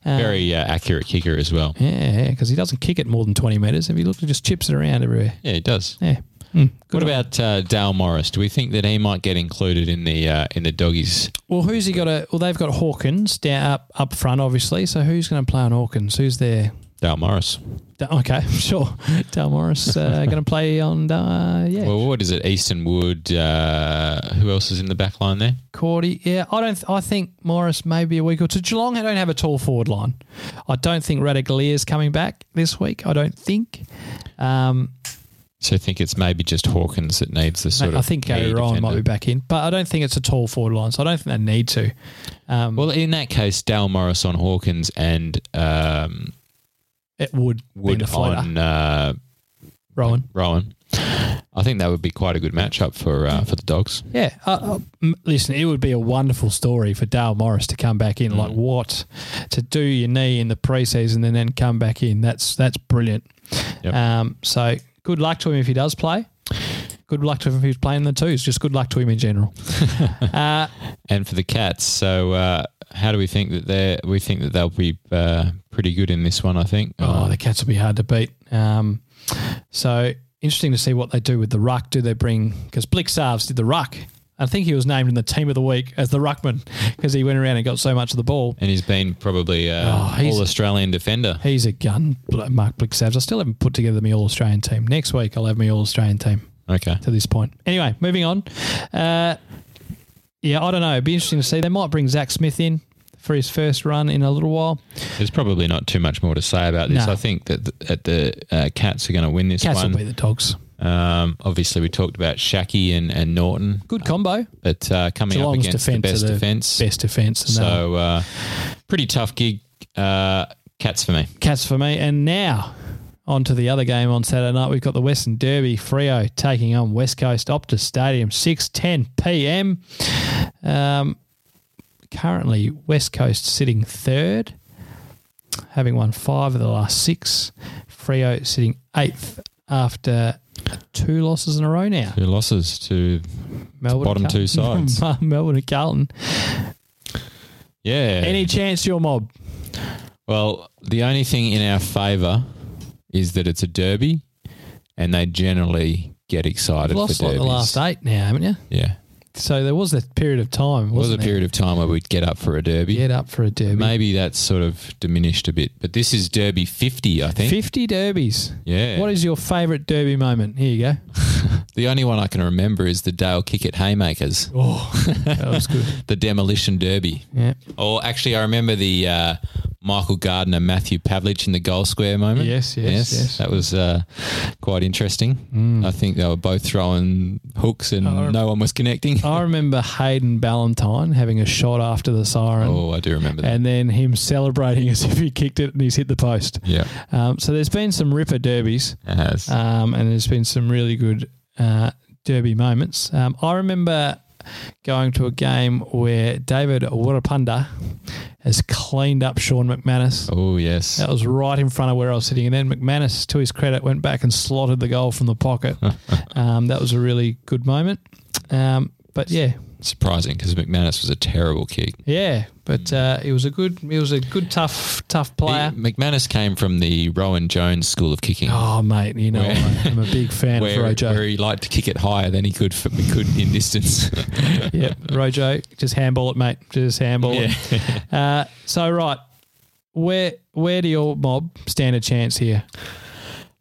C: Um,
B: very uh, accurate kicker as well.
C: Yeah, because he doesn't kick it more than 20 metres. If you look, he just chips it around everywhere.
B: Yeah, he does.
C: Yeah. Hmm,
B: What about uh, Dale Morris? Do we think that he might get included in the uh, in the doggies?
C: Well, who's he got? A, well, they've got Hawkins down up, up front, obviously. So who's going to play on Hawkins? Who's their
B: Dale Morris.
C: Da- okay, *laughs* sure. Dale Morris uh, going to play on, uh, yeah,
B: Well, what is it? Easton Wood. Uh, who else is in the back line there?
C: Cordy. Yeah, I don't. I think Morris maybe a week or two. Geelong don't have a tall forward line. I don't think Radaglia is coming back this week. I don't think. Um,
B: So I think it's maybe just Hawkins that needs the sort
C: I
B: of.
C: think
B: key
C: Gary Ryan might be
B: defender.
C: back in, but I don't think it's a tall forward line, so I don't think they need to. Um,
B: Well, in that case, Dale Morris on Hawkins and um,
C: it would be
B: Wood
C: the floater,
B: on uh,
C: Rowan.
B: Rowan. I think that would be quite a good matchup for uh, for the Dogs.
C: Yeah, uh, uh, m- listen, it would be a wonderful story for Dale Morris to come back in. Like what to do your knee in the preseason and then come back in? That's that's brilliant.
B: Yep.
C: Um, so good luck to him if he does play. Good luck to him if he's playing the twos. Just good luck to him in general. uh,
B: And for the Cats, so uh, how do we think that they we think that they'll be uh, pretty good in this one? I think.
C: oh, the Cats will be hard to beat. Um, so interesting to see what they do with the ruck. Do they bring because Blixarves did the ruck? I think he was named in the team of the week as the ruckman because he went around and got so much of the ball.
B: and he's been probably uh,
C: Oh, he's-
B: all Australian defender.
C: He's a gun, bl- Mark Blixabs. I still haven't put together my All Australian team. Next week, I'll have my All Australian team
B: Okay.
C: to this point. Anyway, moving on. Uh, yeah, I don't know. It'd be interesting to see. They might bring Zach Smith in for his first run in a little while.
B: There's probably not too much more to say about this.
C: No.
B: I think that the, at the uh, Cats are going to win this
C: Cats will
B: one.
C: be the dogs.
B: Um, obviously, we talked about Shaki and, and Norton,
C: Good combo.
B: but uh, coming
C: Geelong's
B: up against the
C: defence
B: best
C: are the
B: defence.
C: Best defence. and they'll-
B: So, uh, pretty tough gig. Uh, Cats for me.
C: Cats for me. And now on to the other game on Saturday night. We've got the Western Derby Frio taking on West Coast Optus Stadium, 6.10 p.m. Um, currently, West Coast sitting third, having won five of the last six. Frio sitting eighth after two losses in a row now.
B: Two losses to
C: Melbourne
B: bottom
C: and
B: two
C: Carlton. *laughs*
B: sides.
C: Melbourne and Carlton.
B: yeah.
C: Any chance your mob?
B: well, the only thing in our favour is that it's a derby, and they generally get excited
C: Lost
B: for
C: like
B: derbies.
C: the last eight now, haven't you?
B: Yeah,
C: So there was a period of time. Wasn't
B: was a
C: there?
B: period of time where we'd get up for a derby.
C: Get up for a derby.
B: Maybe that's sort of diminished a bit, but this is Derby 50, I think.
C: 50 derbies.
B: Yeah.
C: What is your favourite derby moment? Here you go.
B: the only one I can remember is the Dale Kick at Haymakers,
C: *laughs* Oh, that was good.
B: the Demolition Derby.
C: Yeah.
B: Or actually, I remember the uh, Michael Gardner, Matthew Pavlich in the goal square moment.
C: Yes, yes, yes. Mm.
B: That was uh, quite interesting. I think they were both throwing hooks and
C: I rem-
B: no one was
C: *laughs*
B: connecting.
C: I remember Hayden Ballantyne having a shot after the siren
B: oh, I do remember that.
C: and then him celebrating as if he kicked it and he's hit the post.
B: yeah,
C: Um, so there's been some ripper derbies
B: it has.
C: um, and there's been some really good uh, derby moments. Um, I remember going to a game where David Warapunda has cleaned up Sean McManus.
B: oh, yes.
C: That was right in front of where I was sitting. And then McManus, to his credit, went back and slotted the goal from the pocket.
B: *laughs*
C: um, that was a really good moment. Um, but yeah,
B: Surprising because McManus was a terrible kick.
C: yeah. But uh, it was a good, it was a good, tough, tough player.
B: He- McManus came from the Rowan Jones School of Kicking.
C: Oh mate, you know
B: Where-
C: I'm a big fan of
B: *laughs* where, where
C: Rojo.
B: he liked to kick it higher than he could f he could in
C: *laughs*
B: distance.
C: Yeah, Rojo, just handball it, mate. Just handball it. *laughs* Uh, so right, where where do your mob stand a chance here?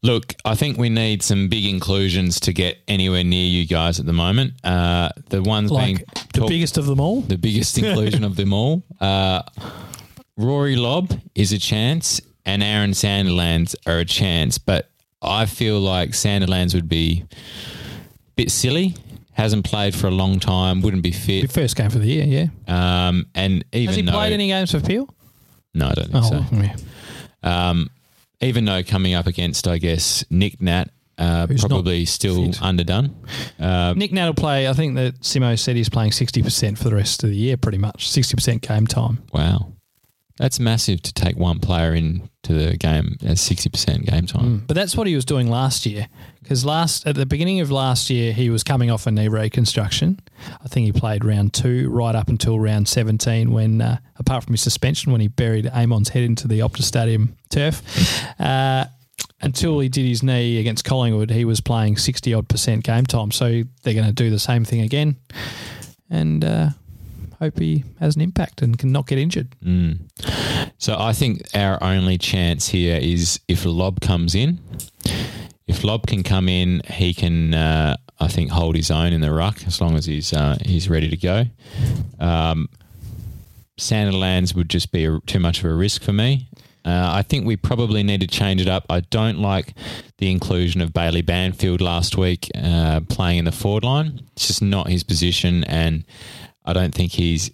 B: Look, I think we need some big inclusions to get anywhere near you guys at the moment. Uh, the ones being
C: Like the
B: talk-
C: biggest of them all.
B: the biggest inclusion of
C: *laughs*
B: them all. Uh, Rory Lobb is a chance, and Aaron Sanderlands are a chance, but I feel like Sanderlands would be a bit silly. Hasn't played for a long time, wouldn't be
C: Your
B: fit.
C: first game for the year, yeah.
B: Um, and even
C: Has he
B: though
C: played any games for Peel?
B: no, I don't think
C: Oh,
B: so.
C: yeah. Oh.
B: even though coming up against, I guess, Nick Nat, uh,
C: Who's not
B: probably still
C: fit.
B: underdone.
C: Nick Nat will play. I think that Simo said he's playing sixty percent for the rest of the year, pretty much sixty percent game time.
B: Wow. That's massive to take one player into the game at 60% game time.
C: But that's what he was doing last year, because last at the beginning of last year he was coming off a knee reconstruction. I think he played round two right up until round seventeen, when uh, apart from his suspension, when he buried Amon's head into the Optus Stadium turf. Uh, until he did his knee against Collingwood, he was playing 60 odd percent game time. So they're going to do the same thing again and uh, hope he has an impact and can not get injured.
B: Mm. So I think our only chance here is if Lob comes in. If Lob can come in, he can, uh, I think, hold his own in the ruck as long as he's uh, he's ready to go. Um, Sanderlands would just be a, too much of a risk for me. Uh, I think we probably need to change it up. I don't like the inclusion of Bailey Banfield last week uh, playing in the forward line. It's just not his position, and I don't think he's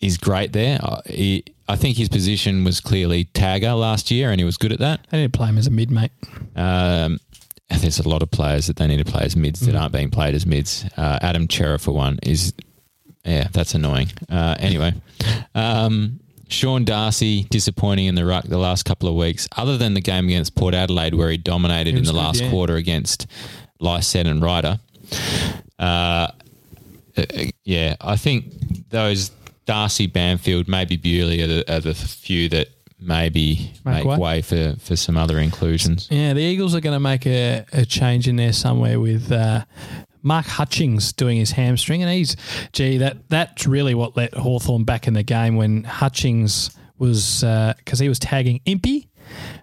B: he's great there. I, he, I think his position was clearly tagger last year, and he was good at that.
C: They need to play him as a mid, mate.
B: Um, there's a lot of players that they need to play as mids
C: Mm.
B: that aren't being played as mids. Uh, Adam Chera, for one, is yeah, that's annoying. Uh, anyway, um, Sean Darcy disappointing in the ruck the last couple of weeks. Other than the game against Port Adelaide, where he dominated
C: He
B: in
C: was
B: the
C: good,
B: last
C: yeah.
B: quarter against Lyset and Ryder. Uh, uh, yeah, I think those Darcy, Banfield, maybe Bewley are the, are the few that maybe
C: Make
B: make,
C: way.
B: way, for, for some other inclusions.
C: Yeah, the Eagles are going to make a, a change in there somewhere with uh, Mark Hutchings doing his hamstring, and he's gee that that's really what let Hawthorn back in the game when Hutchings was because he was tagging Impy,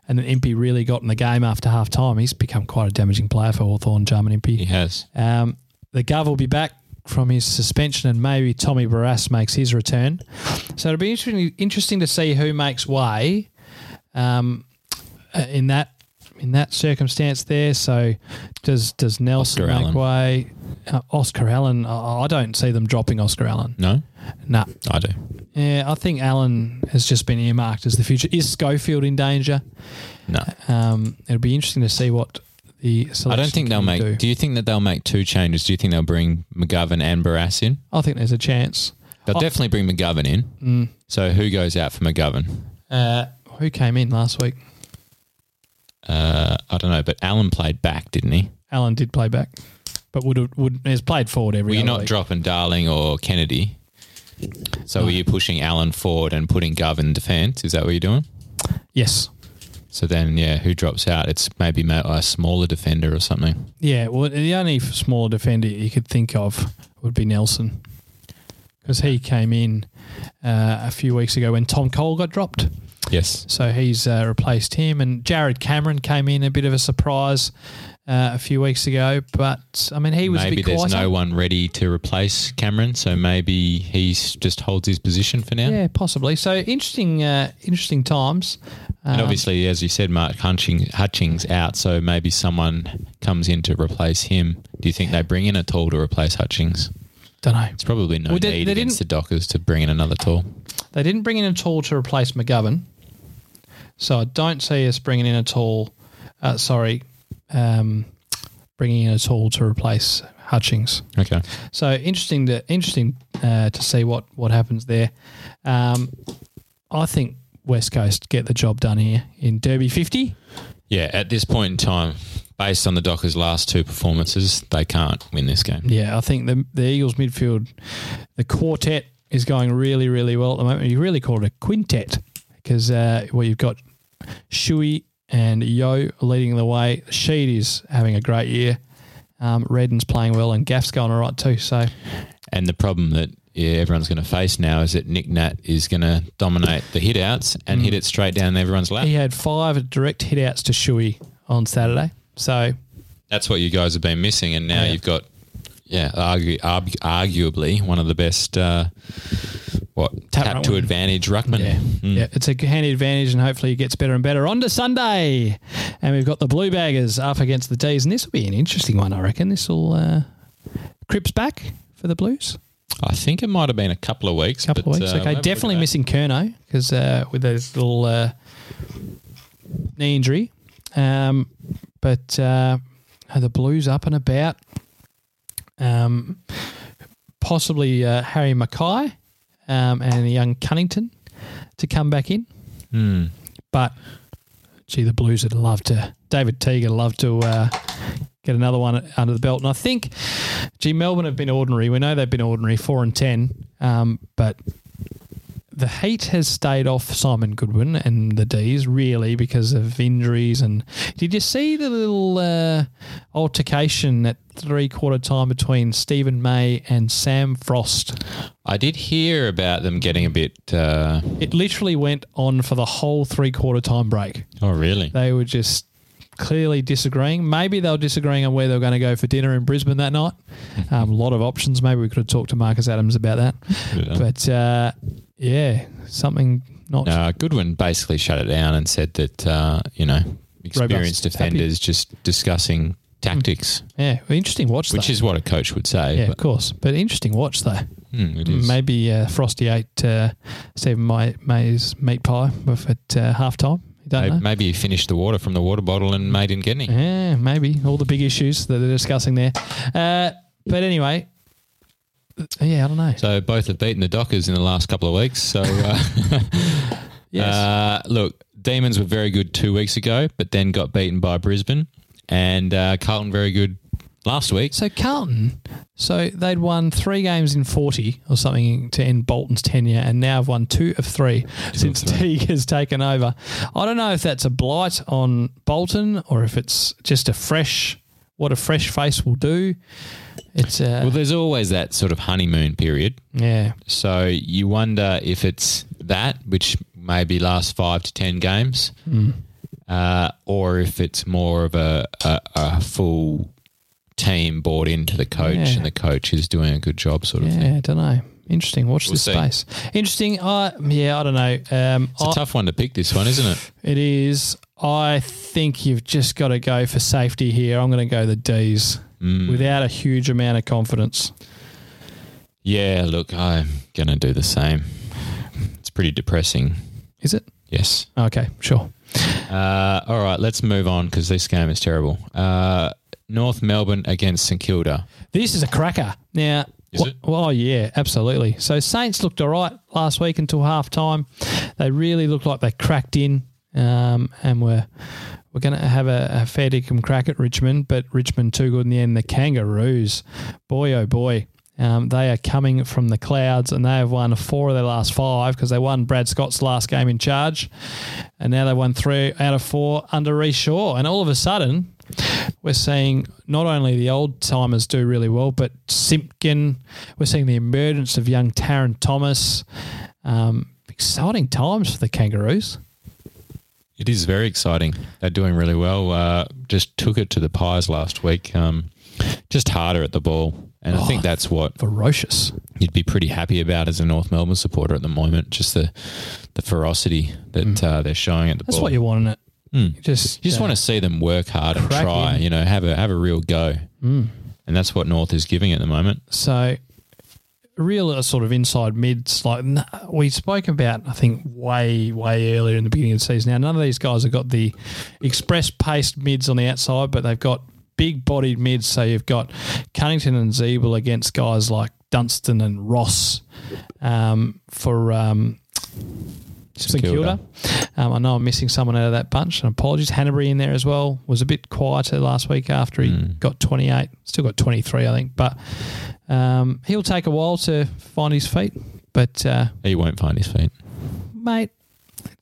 C: and then Impy really got in the game after half time. He's become quite a damaging player for Hawthorn, Jarman Impy.
B: He has.
C: Um, the Gov will be back from his suspension, and maybe Tommy Barras makes his return. So it'll be interesting, interesting to see who makes way um, uh, in that in that circumstance there. So does does Nelson
B: Oscar
C: make
B: Allen.
C: way? Uh, Oscar Allen, I I don't see them dropping Oscar Allen.
B: No,
C: No,
B: I do.
C: yeah, I think Allen has just been earmarked as the future. Is Schofield in danger?
B: No.
C: Um, it'll be interesting to see what the selection
B: I don't think they'll make.
C: committee
B: Do. you think that they'll make two changes? Do you think they'll bring McGovern and Barras in?
C: I think there's a chance.
B: They'll
C: I-
B: definitely bring McGovern in. So who goes out for McGovern?
C: Uh, who came in last week?
B: Uh, I don't know, but Allen played back, didn't he?
C: Allen did play back, but would would has played forward every.
B: Were you
C: other
B: not
C: week.
B: dropping Darling or Kennedy? So were you pushing Allen forward and putting Gov in defence? Is that what you're doing?
C: Yes.
B: So then, yeah, who drops out? It's maybe ma- a smaller defender or something.
C: Yeah. Well, the only f- smaller defender you could think of would be Nelson, because he came in uh, a few weeks ago when Tom Cole got dropped.
B: Yes.
C: So he's uh, replaced him, and Jared Cameron came in a bit of a surprise uh, a few weeks ago. But I mean, he was a
B: Maybe
C: bit
B: there's
C: quieter.
B: no one ready to replace Cameron, so maybe he just holds his position for now.
C: yeah, possibly. So interesting, uh, interesting times.
B: And
C: Um,
B: obviously, as you said, Mark Hutchings, Hutchings out, so maybe someone comes in to replace him. Do you think they bring in a tall to replace Hutchings?
C: don't know.
B: It's probably no
C: Well, they-
B: need
C: they
B: against
C: didn't-
B: the Dockers to bring in another tall.
C: They didn't bring in a tool to replace McGovern, so I don't see us bringing in a tool. Uh, sorry, um, bringing in a tool to replace Hutchings.
B: Okay.
C: So interesting to interesting uh, to see what what happens there. Um, I think West Coast get the job done here in Derby fifty.
B: Yeah, at this point in time, based on the Dockers' last two performances, they can't win this game.
C: Yeah, I think the the Eagles midfield, the quartet is going really really well at the moment. You really call it a quintet because uh, well you've got Shui and Yo leading the way. Sheed is having a great year. Um, Redden's playing well and Gaff's going all right too. So
B: And the problem that yeah, everyone's going to face now is that Nick Nat is going to dominate the hit outs
C: Mm.
B: and hit it straight down everyone's lap.
C: he had five direct hit outs to Shui on Saturday. So
B: That's what you guys have been missing, and now
C: Oh, Yeah.
B: you've got, yeah, argu- argu- arguably one of the best, uh, what
C: Tap
B: tap, to
C: ruckman.
B: advantage ruckman.
C: Yeah.
B: Mm.
C: yeah, it's a handy advantage, and hopefully it gets better and better. On to Sunday, and we've got the Blue Baggers up against the D's, and this will be an interesting one, I reckon. This will uh, Cripps back for the Blues.
B: I think it might have been a couple of weeks.
C: A couple
B: but,
C: of weeks.
B: uh, we'll
C: okay,
B: have a
C: definitely
B: look at
C: missing Kerno because uh, with his little uh, knee injury, um, but uh, the Blues up and about. Um, possibly uh, Harry Mackay um, and young Cunnington to come back in.
B: that. Mm.
C: But gee, the Blues would love to. David Teague would love to uh, get another one under the belt. And I think, gee, Melbourne have been ordinary. We know they've been ordinary, four and ten. Um, but the heat has stayed off Simon Goodwin and the D's really because of injuries. And did you see the little uh, altercation at three quarter time between Stephen May and Sam Frost?
B: I did hear about them getting a bit. Uh,
C: It literally went on for the whole three quarter time break.
B: oh, really?
C: They were just clearly disagreeing. Maybe they were disagreeing on where they were going to go for dinner in Brisbane that
B: *laughs*
C: night. Um, a lot of options. Maybe we could have talked to Marcus Adams about that.
B: Yeah.
C: But uh, yeah, something not.
B: Uh, Goodwin basically shut it down and said that uh, you know
C: Robust,
B: experienced defenders just discussing tactics,
C: Yeah, interesting watch.
B: which
C: though.
B: is what a coach would say.
C: Hmm. yeah, of
B: but,
C: course. But interesting watch though.
B: hmm, it is.
C: Maybe uh, Frosty ate uh, Stephen May, May's meat pie with- at uh, half time. You don't
B: Maybe,
C: know.
B: maybe he finished the water from the water bottle and made him get any.
C: Yeah, maybe all the big issues that they're discussing there. Uh, but anyway, uh, yeah, I don't know.
B: So both have beaten the Dockers in the last couple of weeks. So uh,
C: *laughs* Yes.
B: uh, look, Demons were very good two weeks ago, but then got beaten by Brisbane, and uh, Carlton very good last week.
C: So Carlton, so they'd won three games in forty or something to end Bolton's tenure, and now have won two of three since Teague has taken over. I don't know if that's a blight on Bolton or if it's just a fresh what a fresh face will do. It's uh,
B: Well, there's always that sort of honeymoon period.
C: yeah,
B: So you wonder if it's that, which maybe lasts five to ten games,
C: Mm.
B: uh, or if it's more of a, a, a full team bought into the coach
C: Yeah.
B: and the coach is doing a good job, sort of thing.
C: yeah. I don't know. Interesting. Watch this
B: see.
C: space. Interesting. I yeah, I don't know. Um,
B: It's
C: I-
B: a tough one to pick this one, isn't it?
C: it is. I think you've just got to go for safety here. I'm going to go the D's
B: Mm.
C: without a huge amount of confidence.
B: Yeah, look, I'm going to do the same. It's pretty depressing.
C: Is it?
B: Yes.
C: Okay, sure.
B: Uh, all right, let's move on because this game is terrible. Uh, North Melbourne against St Kilda.
C: This is a cracker. Now,
B: Is it?
C: Well, oh, yeah, absolutely. So Saints looked all right last week until half time. They really looked like they cracked in um, and were we're going to have a, a fair dinkum crack at Richmond, but Richmond too good in the end. The Kangaroos, boy oh boy. Um, they are coming from the clouds and they have won four of their last five because they won Brad Scott's last game in charge. And now they won three out of four under Reece Shaw. And all of a sudden, we're seeing not only the old timers do really well, but Simpkin. We're seeing the emergence of young Taryn Thomas. Um, exciting times for the Kangaroos.
B: It is very exciting. They're doing really well. Uh, just took it to the Pies last week. Um, just harder at the ball. And I
C: Oh.
B: think that's what
C: Ferocious.
B: you'd be pretty happy about as a North Melbourne supporter at the moment. Just the the ferocity that uh, they're showing at the
C: Mm. That's
B: ball.
C: what you want in it. You just,
B: hmm. You just want to see them work hard and
C: Crack
B: try.
C: in. Mm.
B: You know, have a have a real go. And that's what North is giving at the moment.
C: So, real uh, sort of inside mids, like n- we spoke about, I think, way, way earlier in the beginning of the season. Now, none of these guys have got the express paced mids on the outside, but they've got big bodied mids. So, you've got Cunnington and Zeeble against guys like Dunstan and Ross um, for. Um, St Kilda. Um, I know I'm missing someone out of that bunch, and apologies. Hanbury in there as well was a bit quieter last week after he
B: Mm.
C: got 28. Still got 23, I think, but um, he'll take a while to find his feet. But uh,
B: He won't find his feet.
C: mate,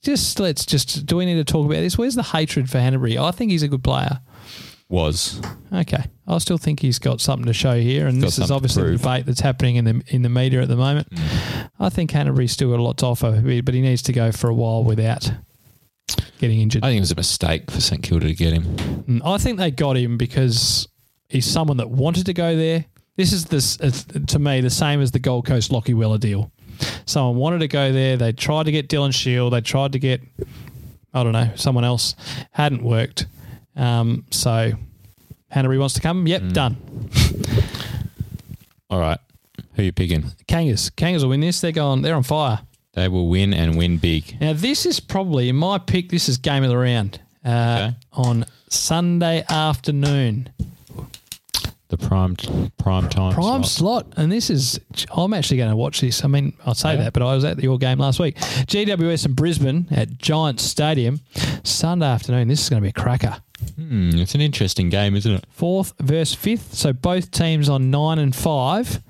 C: just let's just do we need to talk about this? Where's the hatred for Hanbury? I think he's a good player.
B: Was
C: Okay, I still think he's got something to show here, and
B: Got
C: this is
B: something to
C: obviously the
B: prove. Mm.
C: debate that's happening in the in the media at the moment. I think Hanbury's still got a lot to offer, but he needs to go for a while without getting injured.
B: I think it was a mistake for St Kilda to get him.
C: Mm, I think they got him because he's someone that wanted to go there. This is this it's, to me the same as the Gold Coast Lockie Weller deal. Someone wanted to go there. They tried to get Dylan Shield. They tried to get I don't know someone else. Hadn't worked. Um, so Hanbury wants to come. Yep, done.
B: All right, who you picking?
C: Kangas. Kangas will win this. They're going. They're on fire.
B: They will win and win big.
C: Now this is probably in my pick. This is game of the round uh,
B: Okay.
C: on Sunday afternoon.
B: The prime prime time
C: prime slot.
B: slot.
C: and this is I'm actually going to watch this. I mean, I'll say
B: Yeah.
C: that, but I was at your game last week, GWS in Brisbane at Giant Stadium, Sunday afternoon. This is going to be a cracker.
B: Hmm, it's an interesting game, isn't it?
C: Fourth versus fifth, so both teams on nine and five.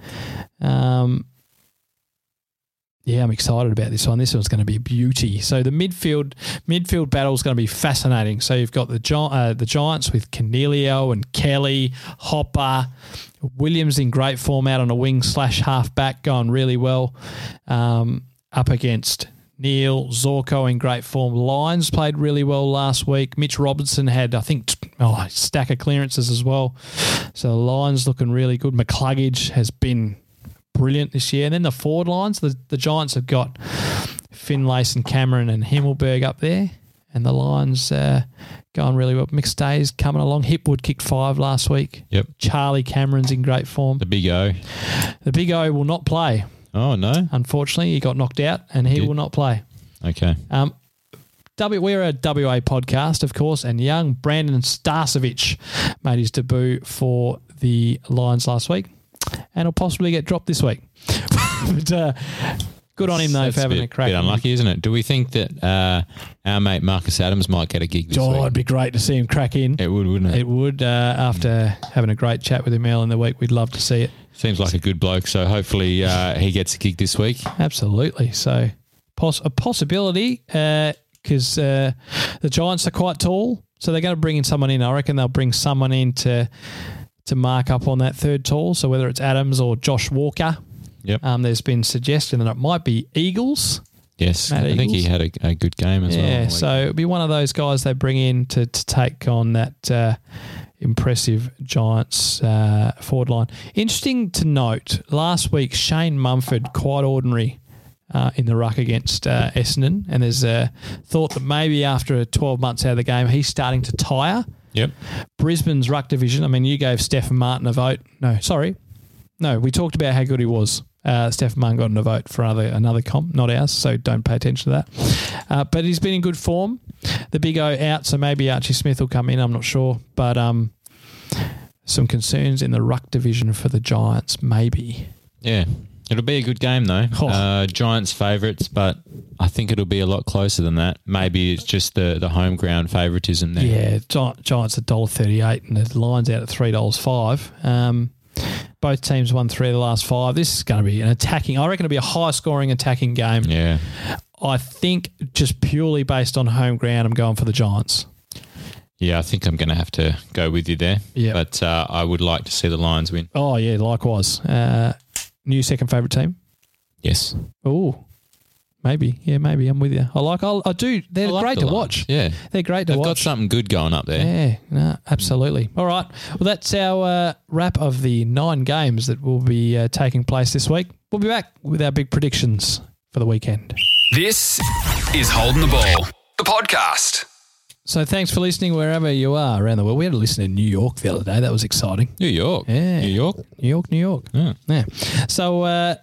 C: Um, Yeah, I'm excited about this one. This one's going to be a beauty. So the midfield midfield battle is going to be fascinating. So you've got the Gi- uh, the Giants with Canelio and Kelly, Hopper, Williams in great form out on a wing slash half back, going really well. Um, up against Neil Zorco in great form. Lyons played really well last week. Mitch Robinson had, I think, t- oh, a stack of clearances as well. So Lyons looking really good. McCluggage has been brilliant this year. And then the forward lines, the, the Giants have got Finlayson, Cameron, and Himmelberg up there. And the Lions uh, going really well. McStay's coming along. Hipwood kicked five last week.
B: Yep.
C: Charlie Cameron's in great form.
B: The big O.
C: The big O will not play,
B: Oh, no.
C: unfortunately. He got knocked out and he
B: Did-
C: will not play.
B: Okay.
C: Um, w, we're a WA podcast, of course, and young Brandon Starcevich made his debut for the Lions last week and will possibly get dropped this week. *laughs* but uh, good on him, though,
B: That's
C: for having
B: bit,
C: a crack.
B: bit unlucky, isn't it? Do we think that uh, our mate Marcus Adams might get a gig this
C: Oh, it'd
B: week?
C: be great to see him crack in.
B: It would, wouldn't it?
C: It would, uh, after having a great chat with him earlier in the week, we'd love to see it.
B: Seems like a good bloke, so hopefully uh, he gets a gig this week.
C: Absolutely. So, poss- a possibility because uh, the Giants are quite tall, so they're going to bring in someone in. I reckon they'll bring someone in to to mark up on that third tall. So whether it's Adams or Josh Walker,
B: Yep.
C: um, there's been suggestion that it might be Eagles.
B: yes.
C: Matt
B: I think he
C: Eagles.
B: had a, a good game as well.
C: yeah, so it'll be one of those guys they bring in to, to take on that uh, impressive Giants uh, forward line. Interesting to note, last week Shane Mumford, quite ordinary. Uh, in the ruck against uh, Essendon, and there's a thought that maybe after 12 months out of the game, he's starting to tire.
B: Yep.
C: Brisbane's ruck division. I mean, you gave Stefan Martin a vote. No, sorry, no. We talked about how good he was. Uh, Stefan Martin got a vote for another another comp, not ours. So don't pay attention to that. Uh, but he's been in good form. The big O out, so maybe Archie Smith will come in. I'm not sure, but um, some concerns in the ruck division for the Giants. Maybe
B: Yeah. It'll be a good game, though.
C: Oh.
B: Uh, Giants favourites, but I think it'll be a lot closer than that. Maybe it's just the, the home ground favouritism there.
C: yeah. Gi- Giants a dollar thirty eight, and the Lions out at three dollars five. Um, both teams won three of the last five. This is going to be an attacking. I reckon it'll be a high scoring attacking game.
B: Yeah.
C: I think just purely based on home ground, I'm going for the Giants.
B: Yeah, I think I'm going to have to go with you there.
C: Yeah.
B: But uh, I would like to see the Lions win.
C: Oh yeah, likewise. Uh, new second favorite team.
B: Yes.
C: Oh, maybe. Yeah, maybe. I'm with you. I like. I, I do. They're
B: I like
C: great
B: the
C: to
B: Lions.
C: watch.
B: Yeah.
C: They're great to
B: They've got
C: watch.
B: something good going up there.
C: yeah, no, absolutely. All right. Well, that's our uh, wrap of the nine games that will be uh, taking place this week. We'll be back with our big predictions for the weekend.
A: This is Holding the Ball, the podcast.
C: So thanks for listening wherever you are around the world. We had a listen in New York the other day. That was exciting.
B: New York.
C: Yeah.
B: New York.
C: New York, New York.
B: Yeah.
C: Yeah. So uh,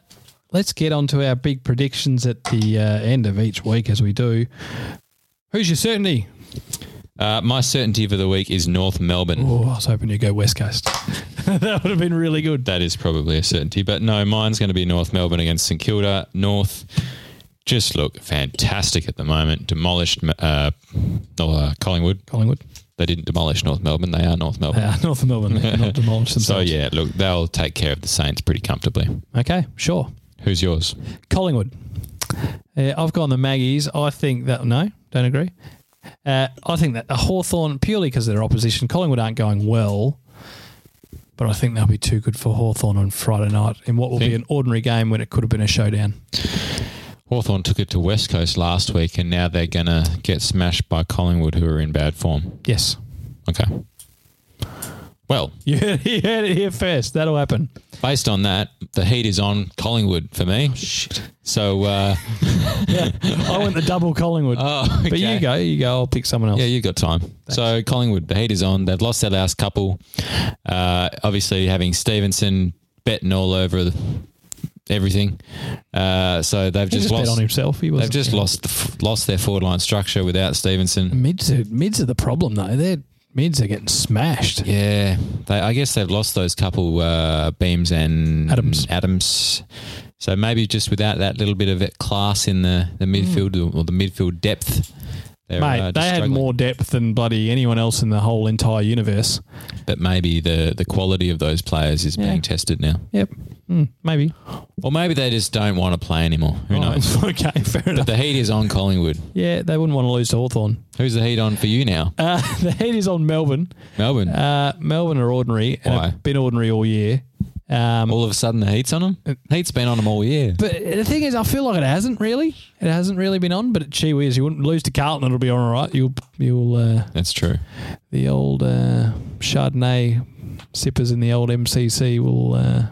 C: let's get on to our big predictions at the uh, end of each week, as we do. Who's your certainty?
B: Uh, my certainty for the week is North Melbourne.
C: Oh, I was hoping you'd go West Coast. that would have been really good.
B: That is probably a certainty. But no, mine's going to be North Melbourne against St Kilda. North just look fantastic at the moment. Demolished uh, uh, Collingwood.
C: Collingwood.
B: They didn't demolish North Melbourne. They are North Melbourne.
C: Uh, *laughs* North Melbourne. Not demolished
B: So
C: themselves.
B: yeah, look, they'll take care of the Saints pretty comfortably.
C: Okay, sure.
B: Who's yours?
C: Collingwood. Uh, I've gone the Maggies. I think that, no, don't agree. Uh, I think that the Hawthorn purely because of their opposition, Collingwood aren't going well, but I think they'll be too good for Hawthorn on Friday night in what will be
B: Think-
C: an ordinary game when it could have been a showdown.
B: Hawthorn took it to West Coast last week, and now they're going to get smashed by Collingwood, who are in bad form.
C: Yes. *laughs*
B: Okay. Well,
C: You heard you heard it here first. That'll happen.
B: based on that, the heat is on Collingwood for
C: Oh,
B: me. So, uh, *laughs*
C: *laughs* I want the double Collingwood.
B: oh,
C: But you
B: okay.
C: go, you go. I'll pick someone else.
B: Yeah, you got time. So Collingwood, the heat is on. They've lost their last couple. Uh, obviously, having Stevenson betting all over the, everything. Uh, so they've
C: he
B: just,
C: just bet
B: lost.
C: on himself. He was
B: They've just lost the, f- lost their forward line structure without Stevenson.
C: mids. Are, mids are the problem though. Their mids are getting smashed.
B: Yeah, they, I guess they've lost those couple uh, beams and
C: Adams.
B: Adams. So maybe just without that little bit of class in the the midfield or the midfield depth, They're,
C: Hmm. Mate,
B: uh, just
C: they had
B: struggling.
C: more depth than bloody anyone else in the whole entire universe.
B: But maybe the, the quality of those players is
C: Yeah.
B: being tested now.
C: Yep. Mm, maybe.
B: Or maybe they just don't want to play anymore. Who knows?
C: Oh, *laughs* okay, fair enough.
B: But the heat is on Collingwood.
C: Yeah, they wouldn't want to lose to Hawthorn.
B: Who's the heat on for you now?
C: Uh, *laughs* the heat is on Melbourne.
B: Melbourne.
C: Uh, Melbourne are ordinary. and
B: Why?
C: have been ordinary all year. Um,
B: all of a sudden, the heat's on them. Heat's been on them all year.
C: But the thing is, I feel like it hasn't really. It hasn't really been on. But it, gee whiz, you wouldn't lose to Carlton. It'll be on all right. You'll you'll uh,
B: That's true.
C: the old uh, Chardonnay sippers in the old MCC will uh,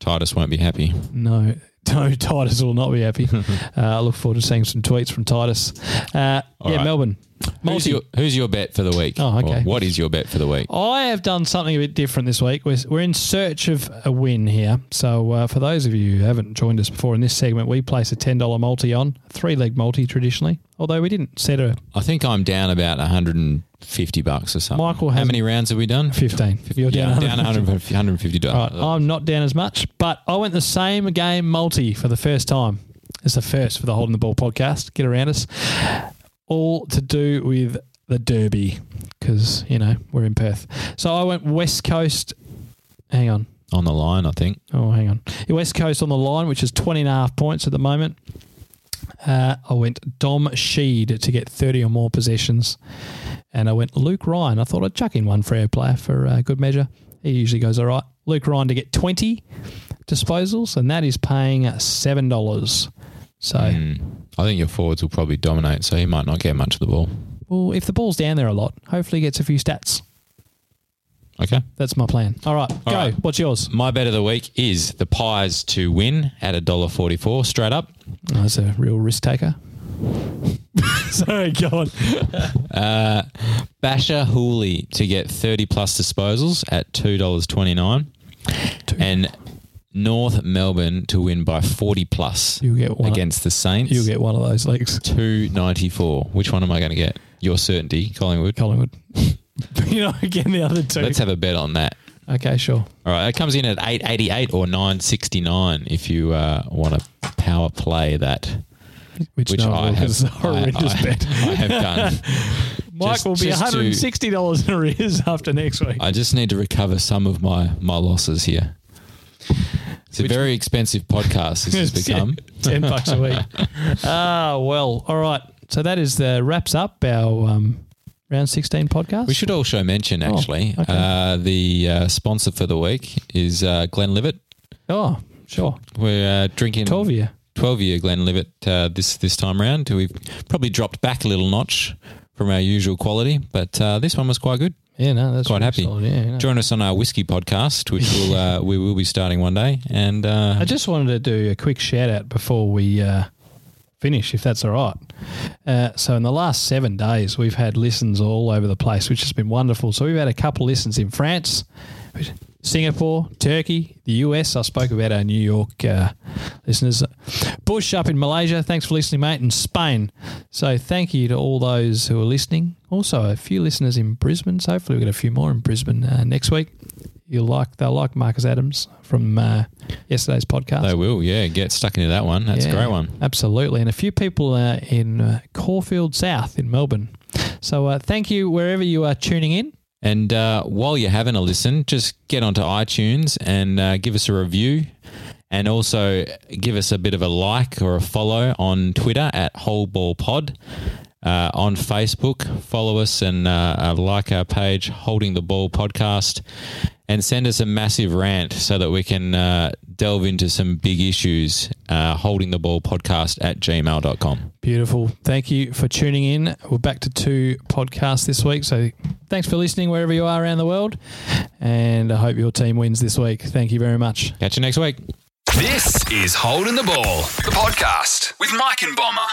B: Titus won't be happy.
C: no. *laughs* No, Titus will not be
B: *laughs*
C: happy. uh, I look forward to seeing some tweets from Titus. Uh, yeah,
B: All right.
C: Melbourne.
B: Who's
C: Multi-
B: your, who's your bet for the week?
C: Oh, okay.
B: Or what is your bet for the week?
C: I have done something a bit different this week. We're, we're in search of a win here. So, uh, for those of you who haven't joined us before in this segment, we place a $10 multi on, three leg multi traditionally, although we didn't set a
B: I think I'm down about 150 bucks or something.
C: Michael
B: How
C: has-
B: many rounds have we done?
C: 15. You're
B: Yeah, I'm
C: down,
B: down
C: 100.
B: 150 150
C: All
B: dollars.
C: right, I'm not down as much, but I went the same game multi for the first time. It's the first for the Holding the Ball podcast. Get around us. All to do with the Derby because, you know, we're in Perth. So I went West Coast. Hang on.
B: On the line, I think.
C: Oh, hang on. The West Coast on the line, which is 20 and a half points at the moment. Uh, I went Dom Sheed to get 30 or more possessions. And I went Luke Ryan. I thought I'd chuck in one fair player for uh, good measure. He usually goes all right. Luke Ryan to get 20 disposals, and that is paying $7. So,
B: Mm. I think your forwards will probably dominate, so he might not get much of the ball.
C: well, if the ball's down there a lot, hopefully he gets a few stats.
B: Okay.
C: That's my plan. All right, go.
B: right.
C: What's yours?
B: My bet of the week is the Pies to win at $1.44 straight up.
C: Oh, that's a real risk taker. *laughs* Sorry, go on.
B: Basher Hooley to get 30 plus disposals at $2.29. And North Melbourne to win by 40 plus
C: You'll get one.
B: against the Saints.
C: You'll get one of those legs. *laughs*
B: 294. Which one am I going to get? Your certainty, Collingwood.
C: Collingwood. *laughs* you know, again, the other 2
B: Let's have a bet on that.
C: okay, sure.
B: All right, that comes in at 888 or 969 if you uh, want to power play that.
C: Which,
B: Which
C: no,
B: I have,
C: it's a *laughs* horrendous
B: I, I- *laughs*
C: bet.
B: I have done.
C: Mike
B: just-
C: will be
B: just to-
C: $160 in arrears after next week.
B: I just need to recover some of my my losses here. It's a very expensive podcast this
C: *laughs*
B: has become.
C: 10 bucks a
B: *laughs*
C: week. ah, well, all right. So that is the wraps up our um, round 16 podcast.
B: We should also mention, actually,
C: Oh, okay.
B: uh, the uh, sponsor for the week is uh, Glenlivet.
C: oh, sure.
B: We're uh, drinking
C: 12 year.
B: 12 year Glenlivet uh, this this time round. We've probably dropped back a little notch from our usual quality, but uh, this one was quite good.
C: Yeah, no, that's
B: Quite
C: really
B: happy.
C: solid. Yeah, no.
B: Join us on our whiskey podcast, which we'll, uh, we will be starting one day. And uh,
C: I just wanted to do a quick shout out before we uh, finish, if that's all right. Uh, so, in the last seven days, we've had listens all over the place, which has been wonderful. So, we've had a couple listens in France, Singapore, Turkey, the US. I spoke about our New York uh, listeners. Bush up in Malaysia. Thanks for listening, mate. And Spain. So, thank you to all those who are listening. Also, a few listeners in Brisbane. So, hopefully, we'll get a few more in Brisbane uh, next week. You'll like they'll like Marcus Adams from uh, yesterday's podcast.
B: They will, yeah. Get stuck into that one. That's a
C: Yeah,
B: great one.
C: Absolutely. And a few people uh, in uh, Caulfield South in Melbourne. So uh, thank you wherever you are tuning in.
B: And uh, while you're having a listen, just get onto iTunes and uh, give us a review. And also give us a bit of a like or a follow on Twitter at Whole Ball Pod. Uh, on Facebook, follow us and uh, uh, like our page, Holding the Ball Podcast. And send us a massive rant so that we can uh, delve into some big issues. Uh, holding the Ball Podcast at gmail.com.
C: Beautiful. Thank you for tuning in. We're back to two podcasts this week. So thanks for listening wherever you are around the world. And I hope your team wins this week. Thank you very much.
B: Catch you next week.
A: This is Holding the Ball, the podcast with Mike and Bomber.